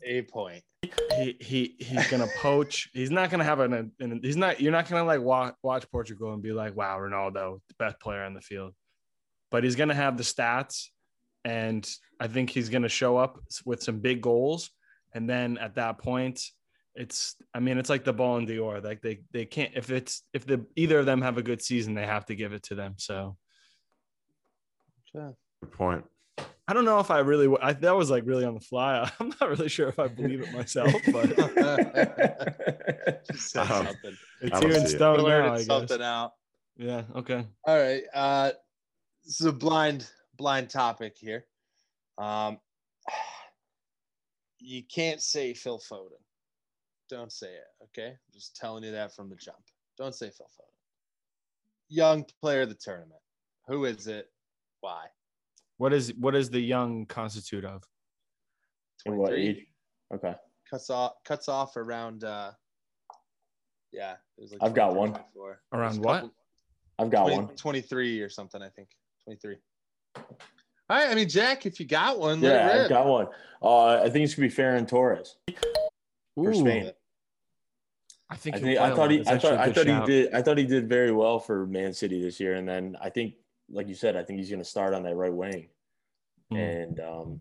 [SPEAKER 3] a point. <laughs>
[SPEAKER 4] he he he's gonna poach. He's not gonna have an, an he's not you're not gonna like watch, watch Portugal and be like, wow, Ronaldo, the best player on the field. But he's gonna have the stats, and I think he's gonna show up with some big goals. And then at that point, it's I mean, it's like the ball and Dior. Like they they can't if it's if the either of them have a good season, they have to give it to them. So
[SPEAKER 3] Okay.
[SPEAKER 2] good point.
[SPEAKER 4] I don't know if I really I, that was like really on the fly. <laughs> I'm not really sure if I believe it myself, but
[SPEAKER 2] <laughs>
[SPEAKER 3] Just said
[SPEAKER 2] Um,
[SPEAKER 3] something.
[SPEAKER 4] it's
[SPEAKER 2] don't
[SPEAKER 4] here in
[SPEAKER 2] see it.
[SPEAKER 4] stone
[SPEAKER 3] Blurted
[SPEAKER 4] now. Oh, I guess.
[SPEAKER 3] something out.
[SPEAKER 4] Yeah. Okay.
[SPEAKER 3] All right. Uh, this is a blind blind topic here. Um, <sighs> you can't say Phil Foden. Don't say it. Okay, I'm just telling you that from the jump. Don't say Phil Foden. Young player of the tournament. Who is it? Why?
[SPEAKER 4] What is what is the young constitute of?
[SPEAKER 5] <laughs> And what
[SPEAKER 3] 23.
[SPEAKER 5] age? Okay.
[SPEAKER 3] Cuts off. Cuts off around. Uh, yeah, it was like
[SPEAKER 5] I've got
[SPEAKER 3] 23,
[SPEAKER 5] one.
[SPEAKER 3] 24.
[SPEAKER 4] Around
[SPEAKER 3] There's a
[SPEAKER 4] what?
[SPEAKER 3] couple-
[SPEAKER 5] I've got
[SPEAKER 3] 20
[SPEAKER 5] one.
[SPEAKER 3] 23 or something, I think. 23. All right. I mean, Jack, if you got one, let
[SPEAKER 5] Yeah,
[SPEAKER 3] it
[SPEAKER 5] I've
[SPEAKER 3] rip.
[SPEAKER 5] got one. Uh, I think it's gonna be Ferran Torres. For Spain.
[SPEAKER 4] I think,
[SPEAKER 5] I,
[SPEAKER 4] he'll
[SPEAKER 5] think,
[SPEAKER 4] play a
[SPEAKER 5] I thought
[SPEAKER 4] lot.
[SPEAKER 5] he,
[SPEAKER 4] That's
[SPEAKER 5] I
[SPEAKER 4] actually
[SPEAKER 5] thought,
[SPEAKER 4] a
[SPEAKER 5] I
[SPEAKER 4] good
[SPEAKER 5] thought he
[SPEAKER 4] shout.
[SPEAKER 5] did, I thought he did very well for Man City this year. And then I think, like you said, I think he's gonna start on that right wing.
[SPEAKER 4] Mm.
[SPEAKER 5] And um,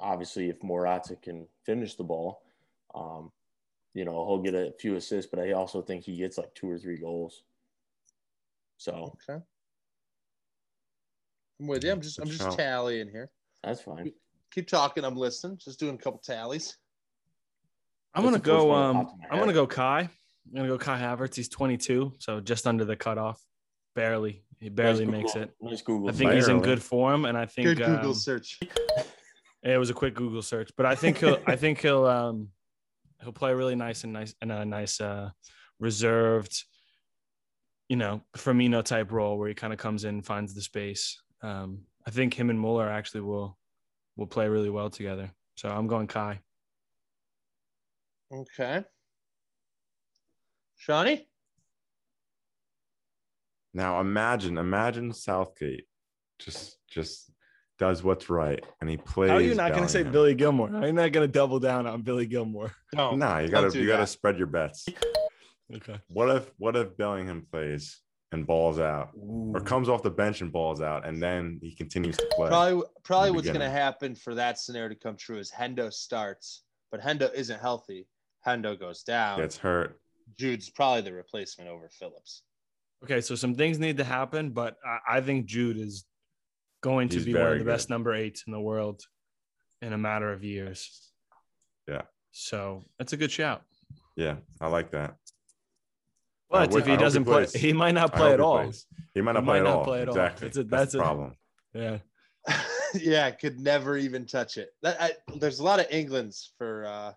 [SPEAKER 5] obviously, if Morata can finish the ball, um, you know he'll get a few assists. But I also think he gets like two or three goals. So
[SPEAKER 3] Okay. I'm with you. I'm just I'm
[SPEAKER 2] Good
[SPEAKER 3] just
[SPEAKER 2] shout.
[SPEAKER 3] tallying here.
[SPEAKER 5] that's fine.
[SPEAKER 3] Keep talking. I'm listening. Just doing a couple tallies.
[SPEAKER 4] I'm
[SPEAKER 5] That's
[SPEAKER 4] gonna
[SPEAKER 5] the
[SPEAKER 4] go.
[SPEAKER 5] first one that
[SPEAKER 4] Um,
[SPEAKER 5] popped in my
[SPEAKER 4] I'm gonna
[SPEAKER 5] head.
[SPEAKER 4] go Kai. I'm gonna go Kai Havertz. He's 22, so just under the cutoff, barely. He barely
[SPEAKER 5] Nice
[SPEAKER 4] makes
[SPEAKER 5] Google.
[SPEAKER 4] it.
[SPEAKER 5] Nice Google.
[SPEAKER 4] I think he's in
[SPEAKER 2] Barely.
[SPEAKER 4] good form, and I think
[SPEAKER 3] Good Google
[SPEAKER 4] um,
[SPEAKER 3] search.
[SPEAKER 4] it was a quick Google search. But I think he'll. I think he'll. Um, he'll play really nice and nice and a nice uh, reserved, you know, Firmino type role where he kind of comes in, finds the space. Um, I think him and Muller actually will will play really well together. So I'm going Kai.
[SPEAKER 3] Okay. Shawnee?
[SPEAKER 2] Now imagine, imagine Southgate just just does what's right and he plays.
[SPEAKER 4] How are you not going to say
[SPEAKER 2] Bellingham.
[SPEAKER 4] Billy Gilmore? How are you not going to double down on Billy Gilmore?
[SPEAKER 3] No.
[SPEAKER 2] Nah, you
[SPEAKER 3] don't
[SPEAKER 2] gotta
[SPEAKER 3] do
[SPEAKER 2] you gotta
[SPEAKER 3] that.
[SPEAKER 2] spread your bets.
[SPEAKER 4] <laughs> Okay.
[SPEAKER 2] What if what if Bellingham plays and balls out? Or comes off the bench and balls out and then he continues to play.
[SPEAKER 3] Probably, probably what's going
[SPEAKER 2] beginning.
[SPEAKER 3] to happen for that scenario to come true is Hendo starts, but Hendo isn't healthy. Hendo goes down.
[SPEAKER 2] gets hurt.
[SPEAKER 3] Jude's probably the replacement over Phillips.
[SPEAKER 4] Okay, so some things need to happen, but I, I think Jude is going to
[SPEAKER 2] He's
[SPEAKER 4] be one of
[SPEAKER 2] very
[SPEAKER 4] the best
[SPEAKER 2] good.
[SPEAKER 4] number eights in the world in a matter of years.
[SPEAKER 2] Yeah.
[SPEAKER 4] So that's a good shout.
[SPEAKER 2] Yeah, I like that. I
[SPEAKER 4] But
[SPEAKER 2] would-
[SPEAKER 4] if
[SPEAKER 2] I
[SPEAKER 4] he
[SPEAKER 2] hope he
[SPEAKER 4] doesn't play,
[SPEAKER 2] plays.
[SPEAKER 4] he might not
[SPEAKER 2] I
[SPEAKER 4] play
[SPEAKER 2] hope
[SPEAKER 4] at
[SPEAKER 2] he
[SPEAKER 4] all.
[SPEAKER 2] plays. He might
[SPEAKER 4] He
[SPEAKER 2] not, play,
[SPEAKER 4] might
[SPEAKER 2] at
[SPEAKER 4] not
[SPEAKER 2] all.
[SPEAKER 4] play at all.
[SPEAKER 2] Exactly.
[SPEAKER 4] That's a-
[SPEAKER 2] that's the
[SPEAKER 4] that's a-
[SPEAKER 2] problem.
[SPEAKER 4] Yeah.
[SPEAKER 3] <laughs> yeah, could never even touch it. That, I, there's a lot of England's for uh,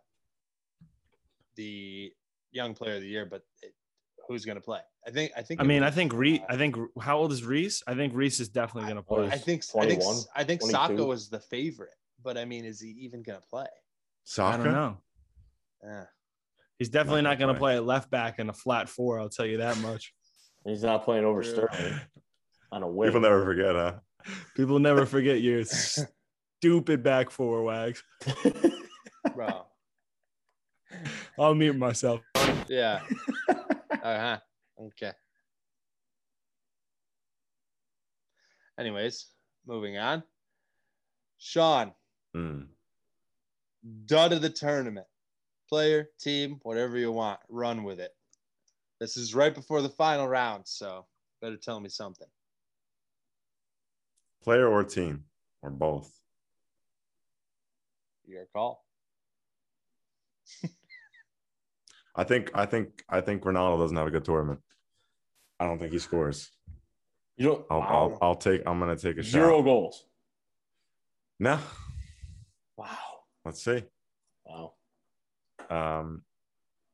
[SPEAKER 3] the young player of the year, but it, who's going to play? I think. I think.
[SPEAKER 4] I mean, I think Reese. I think how old is Reese? I think Reese is definitely going to play.
[SPEAKER 3] I think. I think.
[SPEAKER 5] 21,
[SPEAKER 3] I think
[SPEAKER 5] 22.
[SPEAKER 3] Saka was the favorite, but I mean, is he even going to play? Eh,
[SPEAKER 4] I
[SPEAKER 2] Soccer?
[SPEAKER 4] don't know.
[SPEAKER 3] Yeah.
[SPEAKER 4] He's definitely
[SPEAKER 2] Not
[SPEAKER 4] not
[SPEAKER 2] gonna
[SPEAKER 4] going to
[SPEAKER 2] play.
[SPEAKER 4] play at left back in a flat four. I'll tell you that much.
[SPEAKER 5] He's not playing over
[SPEAKER 3] Yeah.
[SPEAKER 5] Sterling on a wing.
[SPEAKER 2] People never forget, huh?
[SPEAKER 4] People never forget
[SPEAKER 2] <laughs>
[SPEAKER 4] your stupid back four wags.
[SPEAKER 5] <laughs>
[SPEAKER 4] <laughs>
[SPEAKER 3] Bro.
[SPEAKER 4] I'll mute myself.
[SPEAKER 3] yeah. Uh huh. Okay. Anyways, moving on. Sean,
[SPEAKER 4] Hmm.
[SPEAKER 2] Mm.
[SPEAKER 3] dud of the tournament. Player, team, whatever you want, run with it. This is right before the final round, so better tell me something.
[SPEAKER 2] Player or team or both.
[SPEAKER 3] Your call.
[SPEAKER 2] I think I think I think Ronaldo doesn't have a good tournament. I don't think he scores.
[SPEAKER 5] you don't,
[SPEAKER 2] I'll I'll, I'll take I'm gonna take a
[SPEAKER 5] zero
[SPEAKER 2] shot.
[SPEAKER 5] goals.
[SPEAKER 2] No,
[SPEAKER 5] Wow.
[SPEAKER 2] let's see.
[SPEAKER 5] Wow.
[SPEAKER 2] Um,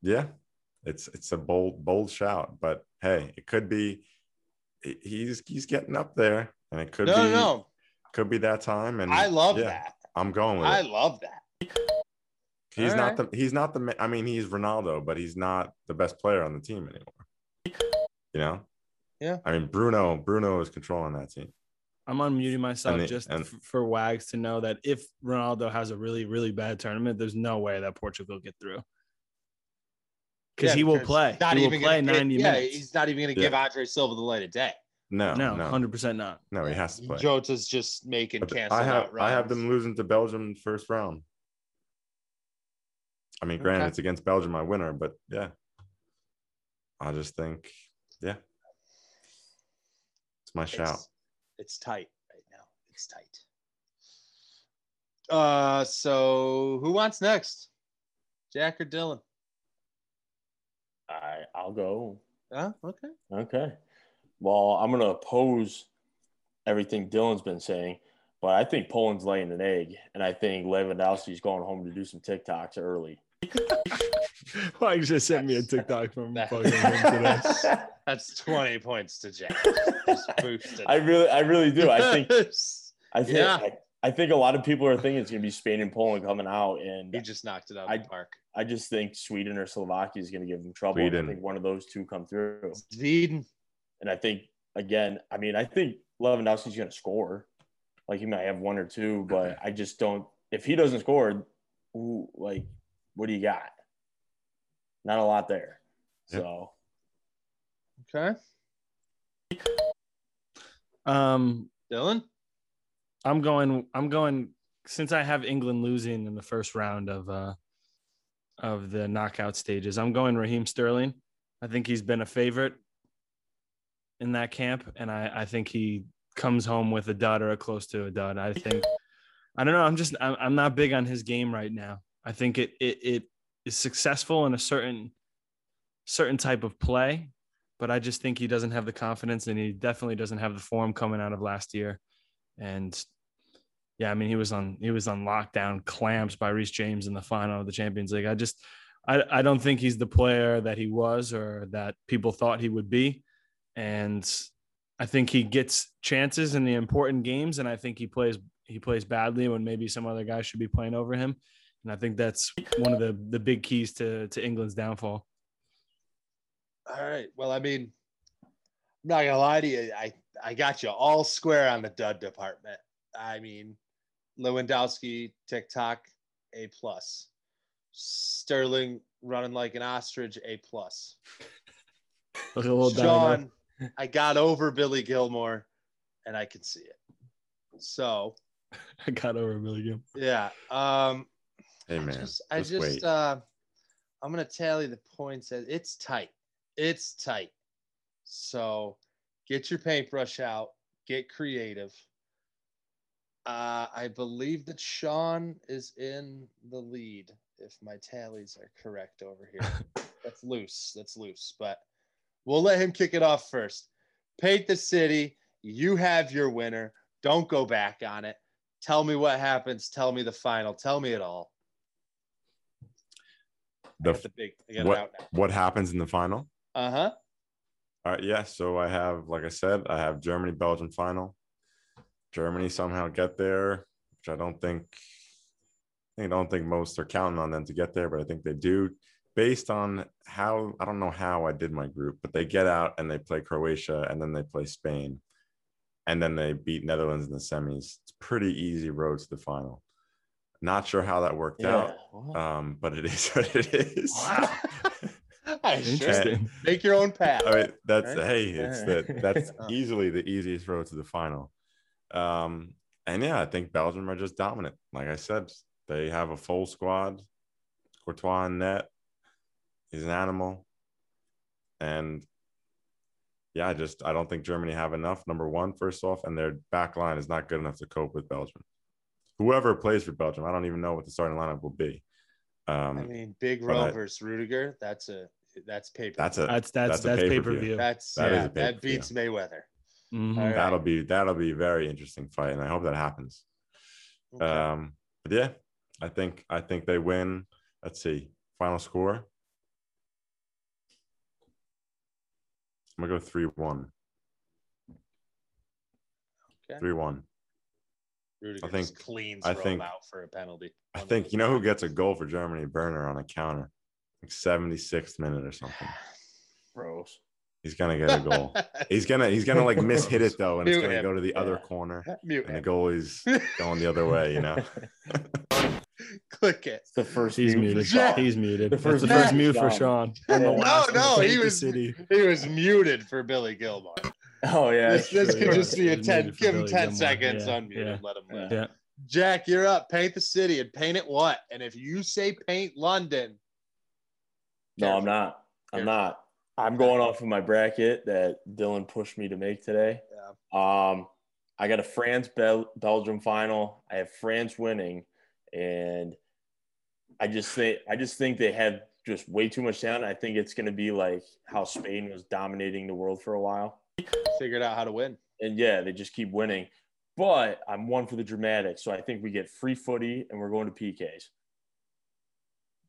[SPEAKER 2] yeah, it's it's a bold bold shout, but hey, it could be he- he's he's getting up there, and it could
[SPEAKER 3] no,
[SPEAKER 2] be
[SPEAKER 3] no,
[SPEAKER 2] could be that time. And
[SPEAKER 3] I love
[SPEAKER 2] yeah,
[SPEAKER 3] that.
[SPEAKER 2] I'm going with
[SPEAKER 3] I
[SPEAKER 2] it.
[SPEAKER 3] love that.
[SPEAKER 2] He's
[SPEAKER 3] all
[SPEAKER 2] not the he's not the ma- I mean he's Ronaldo, but he's not the best player on the team anymore. You know.
[SPEAKER 3] Yeah.
[SPEAKER 2] I mean Bruno Bruno is controlling that team.
[SPEAKER 4] I'm unmuting myself
[SPEAKER 2] And the-
[SPEAKER 4] just
[SPEAKER 2] and-
[SPEAKER 4] f- for Wags to know that if Ronaldo has a really, really bad tournament, there's no way that Portugal get through. Because
[SPEAKER 3] Yeah,
[SPEAKER 4] he will play.
[SPEAKER 3] not
[SPEAKER 4] he will
[SPEAKER 3] even
[SPEAKER 4] play
[SPEAKER 3] gonna-
[SPEAKER 4] 90
[SPEAKER 3] yeah,
[SPEAKER 4] minutes.
[SPEAKER 3] he's not even going to give Andre Silva the light of day.
[SPEAKER 2] No,
[SPEAKER 4] no,
[SPEAKER 2] no, no,
[SPEAKER 4] 100% <laughs> not.
[SPEAKER 2] he has to play.
[SPEAKER 3] Jota's just making
[SPEAKER 2] But
[SPEAKER 3] cancel
[SPEAKER 2] I have
[SPEAKER 3] out
[SPEAKER 2] I have
[SPEAKER 3] rounds.
[SPEAKER 2] them losing to Belgium in the first round. I mean, granted,
[SPEAKER 3] Okay.
[SPEAKER 2] it's against Belgium, my winner, but yeah, I just think, yeah, it's my shout.
[SPEAKER 3] It's, it's tight right now. It's tight. Uh, so who wants next? Jack or Dylan?
[SPEAKER 5] I I'll go.
[SPEAKER 3] Huh? Okay.
[SPEAKER 5] Okay. Well, I'm gonna oppose everything Dylan's been saying, but I think Poland's laying an egg, and I think Lewandowski's going home to do some TikToks early.
[SPEAKER 4] Wags just sent me a TikTok from
[SPEAKER 3] That-
[SPEAKER 4] fucking him today.
[SPEAKER 5] <laughs>
[SPEAKER 3] That's 20 points to Jack. boosted.
[SPEAKER 5] I really, I really do. I
[SPEAKER 3] <laughs>
[SPEAKER 5] think, I think,
[SPEAKER 3] Yeah.
[SPEAKER 5] I, I think a lot of people are thinking it's gonna be Spain and Poland coming out,
[SPEAKER 3] you
[SPEAKER 5] and
[SPEAKER 3] just knocked it out
[SPEAKER 5] I-
[SPEAKER 3] of the park.
[SPEAKER 5] I just think Sweden or Slovakia is gonna give them trouble. and
[SPEAKER 2] Sweden.
[SPEAKER 5] I think one of those two come through,
[SPEAKER 3] Sweden.
[SPEAKER 5] and I think again, I mean, I think Lewandowski's gonna score. Like he might have one or two, but I just don't. If he doesn't score, who like, what do you got? Not a lot there.
[SPEAKER 2] Yep.
[SPEAKER 5] So
[SPEAKER 3] Okay.
[SPEAKER 4] <laughs> Um,
[SPEAKER 3] Dylan.
[SPEAKER 4] I'm going. I'm going. Since I have England losing in the first round of uh, of the knockout stages, I'm going Raheem Sterling. I think he's been a favorite in that camp, and I, I think he comes home with a dud or a close to a dud. I think. I don't know. I'm just. I'm, I'm not big on his game right now. I think it it it is successful in a certain certain type of play, but I just think he doesn't have the confidence, and he definitely doesn't have the form coming out of last year and yeah, I mean he was on he was on lockdown clamps by Reese James in the final of the Champions League. I just I, I don't think he's the player that he was or that people thought he would be. And I think he gets chances in the important games and I think he plays he plays badly when maybe some other guy should be playing over him. And I think that's one of the the big keys to to England's downfall.
[SPEAKER 3] All right. Well, I mean, I'm not gonna lie to you. I I got you all square on the dud department. I mean, Lewandowski, TikTok, A plus. Sterling running like an ostrich, A plus.
[SPEAKER 4] Look at little
[SPEAKER 3] Sean, I got over Billy Gilmore, and I can see it. So
[SPEAKER 4] I got over Billy Gilmore.
[SPEAKER 3] yeah, um,
[SPEAKER 2] Hey
[SPEAKER 3] I
[SPEAKER 2] man,
[SPEAKER 3] just, I just
[SPEAKER 2] wait.
[SPEAKER 3] uh, I'm gonna tally the points. As it's tight, it's tight. So get your paintbrush out. Get creative. Uh, I believe that Sean is in the lead if my tallies are correct over here. That's loose. That's loose. But we'll let him kick it off first. Paint the city. You have your winner. Don't go back on it. Tell me what happens. Tell me the final. Tell me it all. I
[SPEAKER 2] the,
[SPEAKER 3] got the big. I got
[SPEAKER 2] what-
[SPEAKER 3] it out now.
[SPEAKER 2] what happens in the final?
[SPEAKER 3] Uh huh.
[SPEAKER 2] All right, yeah. So I have, like I said, I have Germany Belgium final. Germany somehow get there, which I don't think. I don't think most are counting on them to get there, but I think they do, based on how I don't know how I did my group, but they get out and they play Croatia and then they play Spain, and then they beat Netherlands in the semis. It's pretty easy road to the final. Not sure how that worked
[SPEAKER 5] Yeah.
[SPEAKER 2] out, um, but it is <laughs> what it is. <laughs>
[SPEAKER 3] I sure.
[SPEAKER 4] Interesting.
[SPEAKER 3] Make your own path.
[SPEAKER 2] I mean, that's
[SPEAKER 5] Right?
[SPEAKER 3] <laughs>
[SPEAKER 2] hey, it's that
[SPEAKER 5] Yeah.
[SPEAKER 2] that's
[SPEAKER 3] Oh.
[SPEAKER 2] easily the easiest road to the final. Um, and yeah, I think Belgium are just dominant. Like I said, they have a full squad. Courtois in net. He's an animal. And yeah, I just I don't think Germany have enough. Number one, first off, and their back line is not good enough to cope with Belgium. Whoever plays for Belgium, I don't even know what the starting lineup will be. Um,
[SPEAKER 3] I mean, Big
[SPEAKER 2] but I-
[SPEAKER 3] Rovers, Rudiger. That's a that's paper.
[SPEAKER 2] that's a
[SPEAKER 4] That's that's
[SPEAKER 2] That's a
[SPEAKER 4] that's pay per
[SPEAKER 2] pay-per-view.
[SPEAKER 4] view.
[SPEAKER 3] that's
[SPEAKER 2] that
[SPEAKER 3] yeah,
[SPEAKER 2] is a
[SPEAKER 3] that
[SPEAKER 2] pay-per-view.
[SPEAKER 3] beats Mayweather.
[SPEAKER 4] Mhm.
[SPEAKER 3] All right.
[SPEAKER 2] that'll be that'll be a very interesting fight, and I hope that happens.
[SPEAKER 3] Okay.
[SPEAKER 2] Um, but yeah, I think I think they win. Let's see, final score. I'm gonna go three one.
[SPEAKER 3] Okay.
[SPEAKER 2] Three one.
[SPEAKER 3] Rudiger
[SPEAKER 2] I think-
[SPEAKER 3] just cleans
[SPEAKER 2] I
[SPEAKER 3] Rome
[SPEAKER 2] think-
[SPEAKER 3] out for a penalty.
[SPEAKER 2] I think you know who gets a goal for Germany? Burner on a counter, like 76th minute or something.
[SPEAKER 5] Gross.
[SPEAKER 2] He's gonna get a goal.
[SPEAKER 3] <laughs>
[SPEAKER 2] he's gonna he's gonna like miss hit it though, and it's
[SPEAKER 3] Mute
[SPEAKER 2] gonna
[SPEAKER 3] him.
[SPEAKER 2] go to the other
[SPEAKER 5] Yeah.
[SPEAKER 2] corner,
[SPEAKER 3] Mute
[SPEAKER 2] and the
[SPEAKER 3] him.
[SPEAKER 2] goalie's going the other way. You know.
[SPEAKER 3] Click it.
[SPEAKER 5] It's the first
[SPEAKER 4] He's
[SPEAKER 5] mute for
[SPEAKER 4] muted.
[SPEAKER 5] Sean.
[SPEAKER 4] He's muted.
[SPEAKER 5] The
[SPEAKER 4] that's
[SPEAKER 5] first
[SPEAKER 4] the first
[SPEAKER 5] mute.
[SPEAKER 4] mute for Sean.
[SPEAKER 5] Yeah.
[SPEAKER 4] the
[SPEAKER 5] No,
[SPEAKER 4] last
[SPEAKER 3] <laughs>
[SPEAKER 4] one,
[SPEAKER 3] no, he
[SPEAKER 4] Paper
[SPEAKER 3] was-
[SPEAKER 4] City.
[SPEAKER 3] He was muted for Billy Gilmore.
[SPEAKER 5] Oh yeah.
[SPEAKER 3] <laughs> this
[SPEAKER 5] that's
[SPEAKER 3] this
[SPEAKER 5] true.
[SPEAKER 3] could just be a
[SPEAKER 4] Muted
[SPEAKER 3] 10.
[SPEAKER 4] for
[SPEAKER 3] Give him
[SPEAKER 4] Billy
[SPEAKER 3] 10
[SPEAKER 4] Gilmore.
[SPEAKER 3] seconds,
[SPEAKER 4] Yeah,
[SPEAKER 3] unmute
[SPEAKER 4] yeah.
[SPEAKER 3] him, let him win.
[SPEAKER 5] Yeah.
[SPEAKER 4] Yeah.
[SPEAKER 3] Jack, you're up. Paint the city and paint it what? And if you say paint London,
[SPEAKER 5] No, I'm not. I'm
[SPEAKER 3] Careful.
[SPEAKER 5] not. I'm going off of my bracket that Dylan pushed me to make today. Um, I got a France Bel- Belgium final. I have France winning, and I just think I just think they have just way too much talent. I think it's going to be like how Spain was dominating the world for a while,
[SPEAKER 3] figured out how to win.
[SPEAKER 5] and yeah, they just keep winning. But I'm one for the dramatics, so I think we get free footy, and we're going to PKs.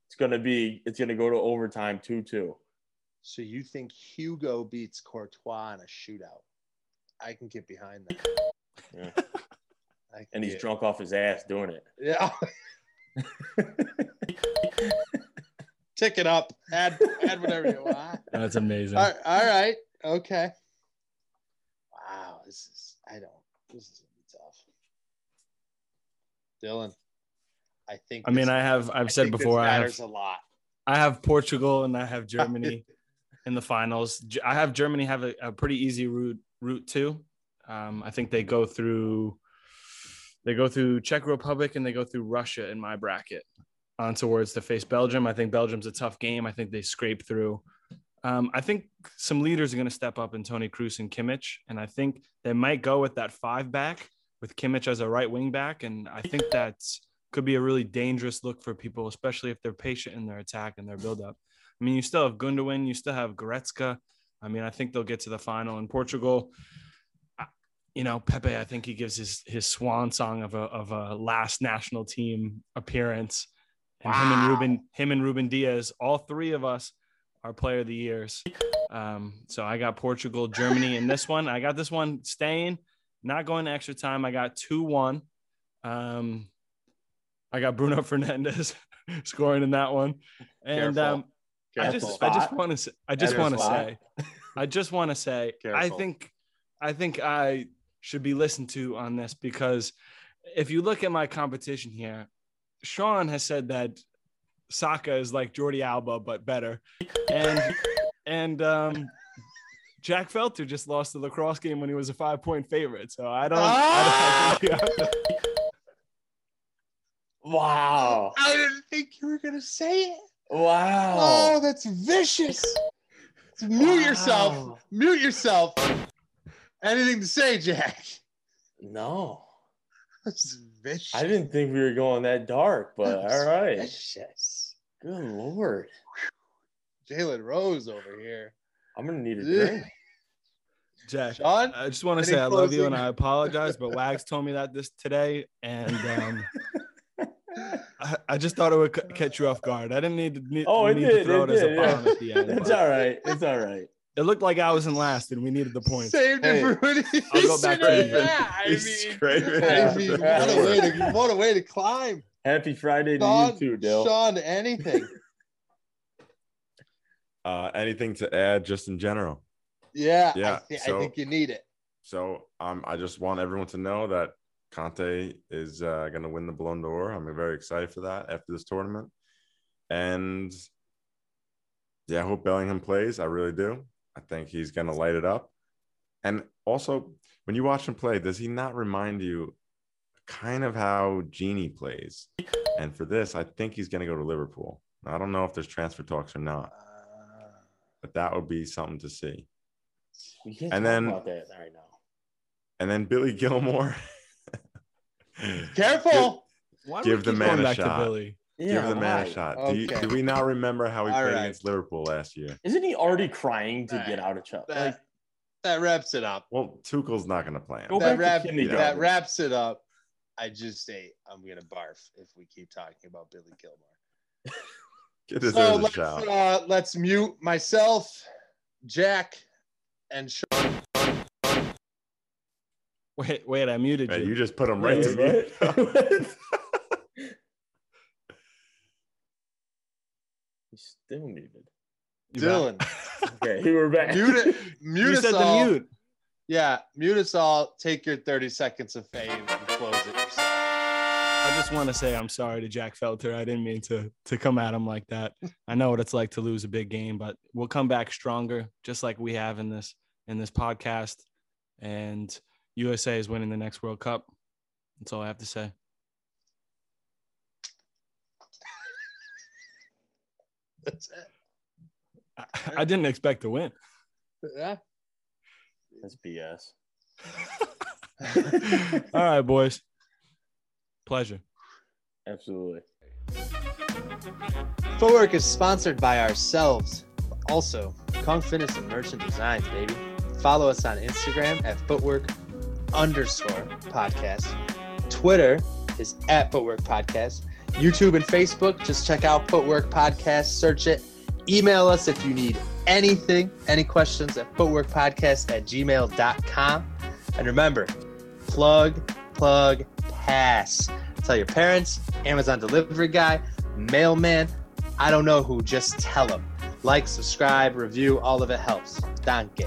[SPEAKER 5] It's gonna be. It's gonna go to overtime two two.
[SPEAKER 3] So you think Hugo beats Courtois in a shootout? I can get behind that.
[SPEAKER 5] Yeah.
[SPEAKER 3] I can
[SPEAKER 5] and he's
[SPEAKER 3] get-
[SPEAKER 5] drunk off his ass doing it.
[SPEAKER 3] <laughs> Yeah. Tick it up. Add add whatever you
[SPEAKER 4] <laughs>
[SPEAKER 3] want.
[SPEAKER 4] That's amazing.
[SPEAKER 3] All, all right. Okay. Wow. This is, I don't, this is going to be tough. Dylan, I think.
[SPEAKER 4] I mean,
[SPEAKER 3] this-
[SPEAKER 4] I have I've said
[SPEAKER 3] think this
[SPEAKER 4] before I have
[SPEAKER 3] matters a lot.
[SPEAKER 4] I have Portugal and I have Germany in the finals. G- I have Germany have a, a pretty easy route route too. Um, I think they go through they go through Czech Republic and they go through Russia in my bracket on towards to face Belgium. I think Belgium's a tough game. I think they scrape through. Um, I think some leaders are going to step up in Tony Cruz and Kimmich, and I think they might go with that five back with Kimmich as a right wing back, and I think that's could be a really dangerous look for people, especially if they're patient in their attack and their buildup. I mean, you still have Gundogan, you still have Goretzka. I mean, I think they'll get to the final in Portugal. I- You know, Pepe, I think he gives his his swan song of a of a last national team appearance, and him and Ruben him and Ruben Diaz, all three of us are player of the years. Um, so I got Portugal, Germany, and this one I got this one staying, not going to extra time. I got two one. Um, I I got Bruno <laughs> Fernandez scoring in that one, and
[SPEAKER 3] Careful.
[SPEAKER 4] um, I
[SPEAKER 5] Careful.
[SPEAKER 4] just I just want to say, I just
[SPEAKER 5] Better
[SPEAKER 4] want to
[SPEAKER 5] spot.
[SPEAKER 4] say I just want to say I
[SPEAKER 3] Careful.
[SPEAKER 4] think I think I should be listened to on this because if you look at my competition here, Sean has said that Saka is like Jordi Alba but better, and and um, Jack Felter just lost the lacrosse game when he was a five point favorite, so I don't.
[SPEAKER 3] Ah!
[SPEAKER 4] I don't think <laughs> you have to-
[SPEAKER 5] Wow.
[SPEAKER 3] I didn't think you were gonna say it. Oh,
[SPEAKER 5] Wow.
[SPEAKER 3] that's <laughs> vicious. Mute yourself.
[SPEAKER 5] Wow.
[SPEAKER 3] Mute yourself. Anything to say, Jack? <laughs>
[SPEAKER 5] No.
[SPEAKER 3] That's vicious.
[SPEAKER 5] I didn't think we were going that dark, but
[SPEAKER 3] That's <laughs>
[SPEAKER 5] all right.
[SPEAKER 3] Vicious.
[SPEAKER 5] Good lord.
[SPEAKER 3] Jalen Rose over here.
[SPEAKER 5] I'm gonna need a
[SPEAKER 3] Yeah.
[SPEAKER 5] drink.
[SPEAKER 4] Jack.
[SPEAKER 3] Sean,
[SPEAKER 4] I just want to
[SPEAKER 3] Any
[SPEAKER 4] say I love you and
[SPEAKER 3] closing-
[SPEAKER 4] I apologize, but Wags told me that this today, and um, I, I just thought it would ca- catch you off guard. I didn't need to, need,
[SPEAKER 5] Oh, it
[SPEAKER 4] need to
[SPEAKER 5] did,
[SPEAKER 4] throw
[SPEAKER 5] it
[SPEAKER 4] it, as a
[SPEAKER 5] did, yeah.
[SPEAKER 4] bomb at the end.
[SPEAKER 5] It's
[SPEAKER 4] but
[SPEAKER 5] all right. It's all right.
[SPEAKER 4] It looked like I was in last, and we needed the points.
[SPEAKER 3] saved it
[SPEAKER 5] Hey,
[SPEAKER 3] for Rudy.
[SPEAKER 4] I'll go back to
[SPEAKER 3] Eason.
[SPEAKER 4] you.
[SPEAKER 3] yeah, <laughs> I mean,
[SPEAKER 2] He's scraping
[SPEAKER 3] I <laughs>
[SPEAKER 5] Yeah.
[SPEAKER 2] <laughs> after
[SPEAKER 3] mean,
[SPEAKER 2] that
[SPEAKER 3] what a way
[SPEAKER 2] work.
[SPEAKER 3] to what a way to climb,
[SPEAKER 5] Happy Friday to
[SPEAKER 3] Sean.
[SPEAKER 5] you too, Dale.
[SPEAKER 3] Sean, to anything.
[SPEAKER 2] Uh, anything to add, just in general?
[SPEAKER 3] Yeah, I,
[SPEAKER 2] Yeah,
[SPEAKER 3] thi- I
[SPEAKER 2] so-
[SPEAKER 3] think you need it.
[SPEAKER 2] So um, I just want everyone to know that Conte is uh, going to win the Ballon d'Or. I'm very excited for that after this tournament. And yeah, I hope Bellingham plays. I really do. I think he's going to light it up. And also, when you watch him play, does he not remind you kind of how Genie plays? And for this, I think he's going to go to Liverpool. I don't know if there's transfer talks or
[SPEAKER 3] Uh,
[SPEAKER 2] not, but that would be something to see.
[SPEAKER 5] We can't
[SPEAKER 2] And
[SPEAKER 5] talk
[SPEAKER 2] then-
[SPEAKER 5] about that right now.
[SPEAKER 2] And then Billy Gilmore. <laughs>
[SPEAKER 3] Careful.
[SPEAKER 4] Why do we
[SPEAKER 2] Give the
[SPEAKER 4] keep
[SPEAKER 2] man
[SPEAKER 4] going
[SPEAKER 2] a
[SPEAKER 4] back
[SPEAKER 2] shot.
[SPEAKER 4] to Billy?
[SPEAKER 2] Give
[SPEAKER 5] Yeah,
[SPEAKER 2] the man
[SPEAKER 5] why?
[SPEAKER 2] a shot. Do, you,
[SPEAKER 3] Okay.
[SPEAKER 2] do we not remember how he
[SPEAKER 3] All
[SPEAKER 2] played
[SPEAKER 3] right.
[SPEAKER 2] against Liverpool last year?
[SPEAKER 5] Isn't he already crying to get out of Chelsea?
[SPEAKER 3] That,
[SPEAKER 5] Like,
[SPEAKER 3] that wraps it up.
[SPEAKER 2] Well, Tuchel's not going to play him.
[SPEAKER 5] Go
[SPEAKER 3] That,
[SPEAKER 5] back to
[SPEAKER 3] wrap,
[SPEAKER 5] kindergarten.
[SPEAKER 3] that wraps it up. I just say I'm gonna barf if we keep talking about Billy Gilmore.
[SPEAKER 2] Get
[SPEAKER 3] So
[SPEAKER 2] his so a
[SPEAKER 3] let's,
[SPEAKER 2] shot.
[SPEAKER 3] uh, let's mute myself, Jack, and Sean.
[SPEAKER 4] Wait, wait, I muted
[SPEAKER 2] Man,
[SPEAKER 4] you.
[SPEAKER 2] you just put him right to
[SPEAKER 5] Wait,
[SPEAKER 2] <laughs> the
[SPEAKER 5] <laughs>
[SPEAKER 2] <laughs>
[SPEAKER 5] he's still muted.
[SPEAKER 4] You
[SPEAKER 3] Dylan.
[SPEAKER 5] Okay, we're back.
[SPEAKER 3] mute it.
[SPEAKER 4] <laughs>
[SPEAKER 3] Mute
[SPEAKER 4] you
[SPEAKER 3] us
[SPEAKER 4] said
[SPEAKER 3] all.
[SPEAKER 4] the mute.
[SPEAKER 3] Yeah, mute us all. Take your 30 seconds of fame and close it <laughs> yourself.
[SPEAKER 4] I just want to say I'm sorry to Jack Felter. I didn't mean to to come at him like that. I know what it's like to lose a big game, but we'll come back stronger, just like we have in this in this podcast. And USA is winning the next World Cup. That's all I have to say.
[SPEAKER 3] That's it.
[SPEAKER 4] I, <laughs> I didn't expect to win.
[SPEAKER 3] Yeah.
[SPEAKER 5] That's BS.
[SPEAKER 4] all right, boys. Pleasure.
[SPEAKER 5] <laughs> Absolutely.
[SPEAKER 3] Footwork is sponsored by ourselves, but also Kung Fitness and Merchant Designs, baby. Follow us on Instagram at footwork underscore podcast. Twitter is at footwork podcast. YouTube and Facebook, just check out footwork podcast, search it. Email us if you need anything, any questions at footworkpodcast at gmail.com. And remember, plug, plug, pass. Tell your parents, Amazon delivery guy, mailman, I don't know who, just tell them. Like, subscribe, review, all of it helps. Danke.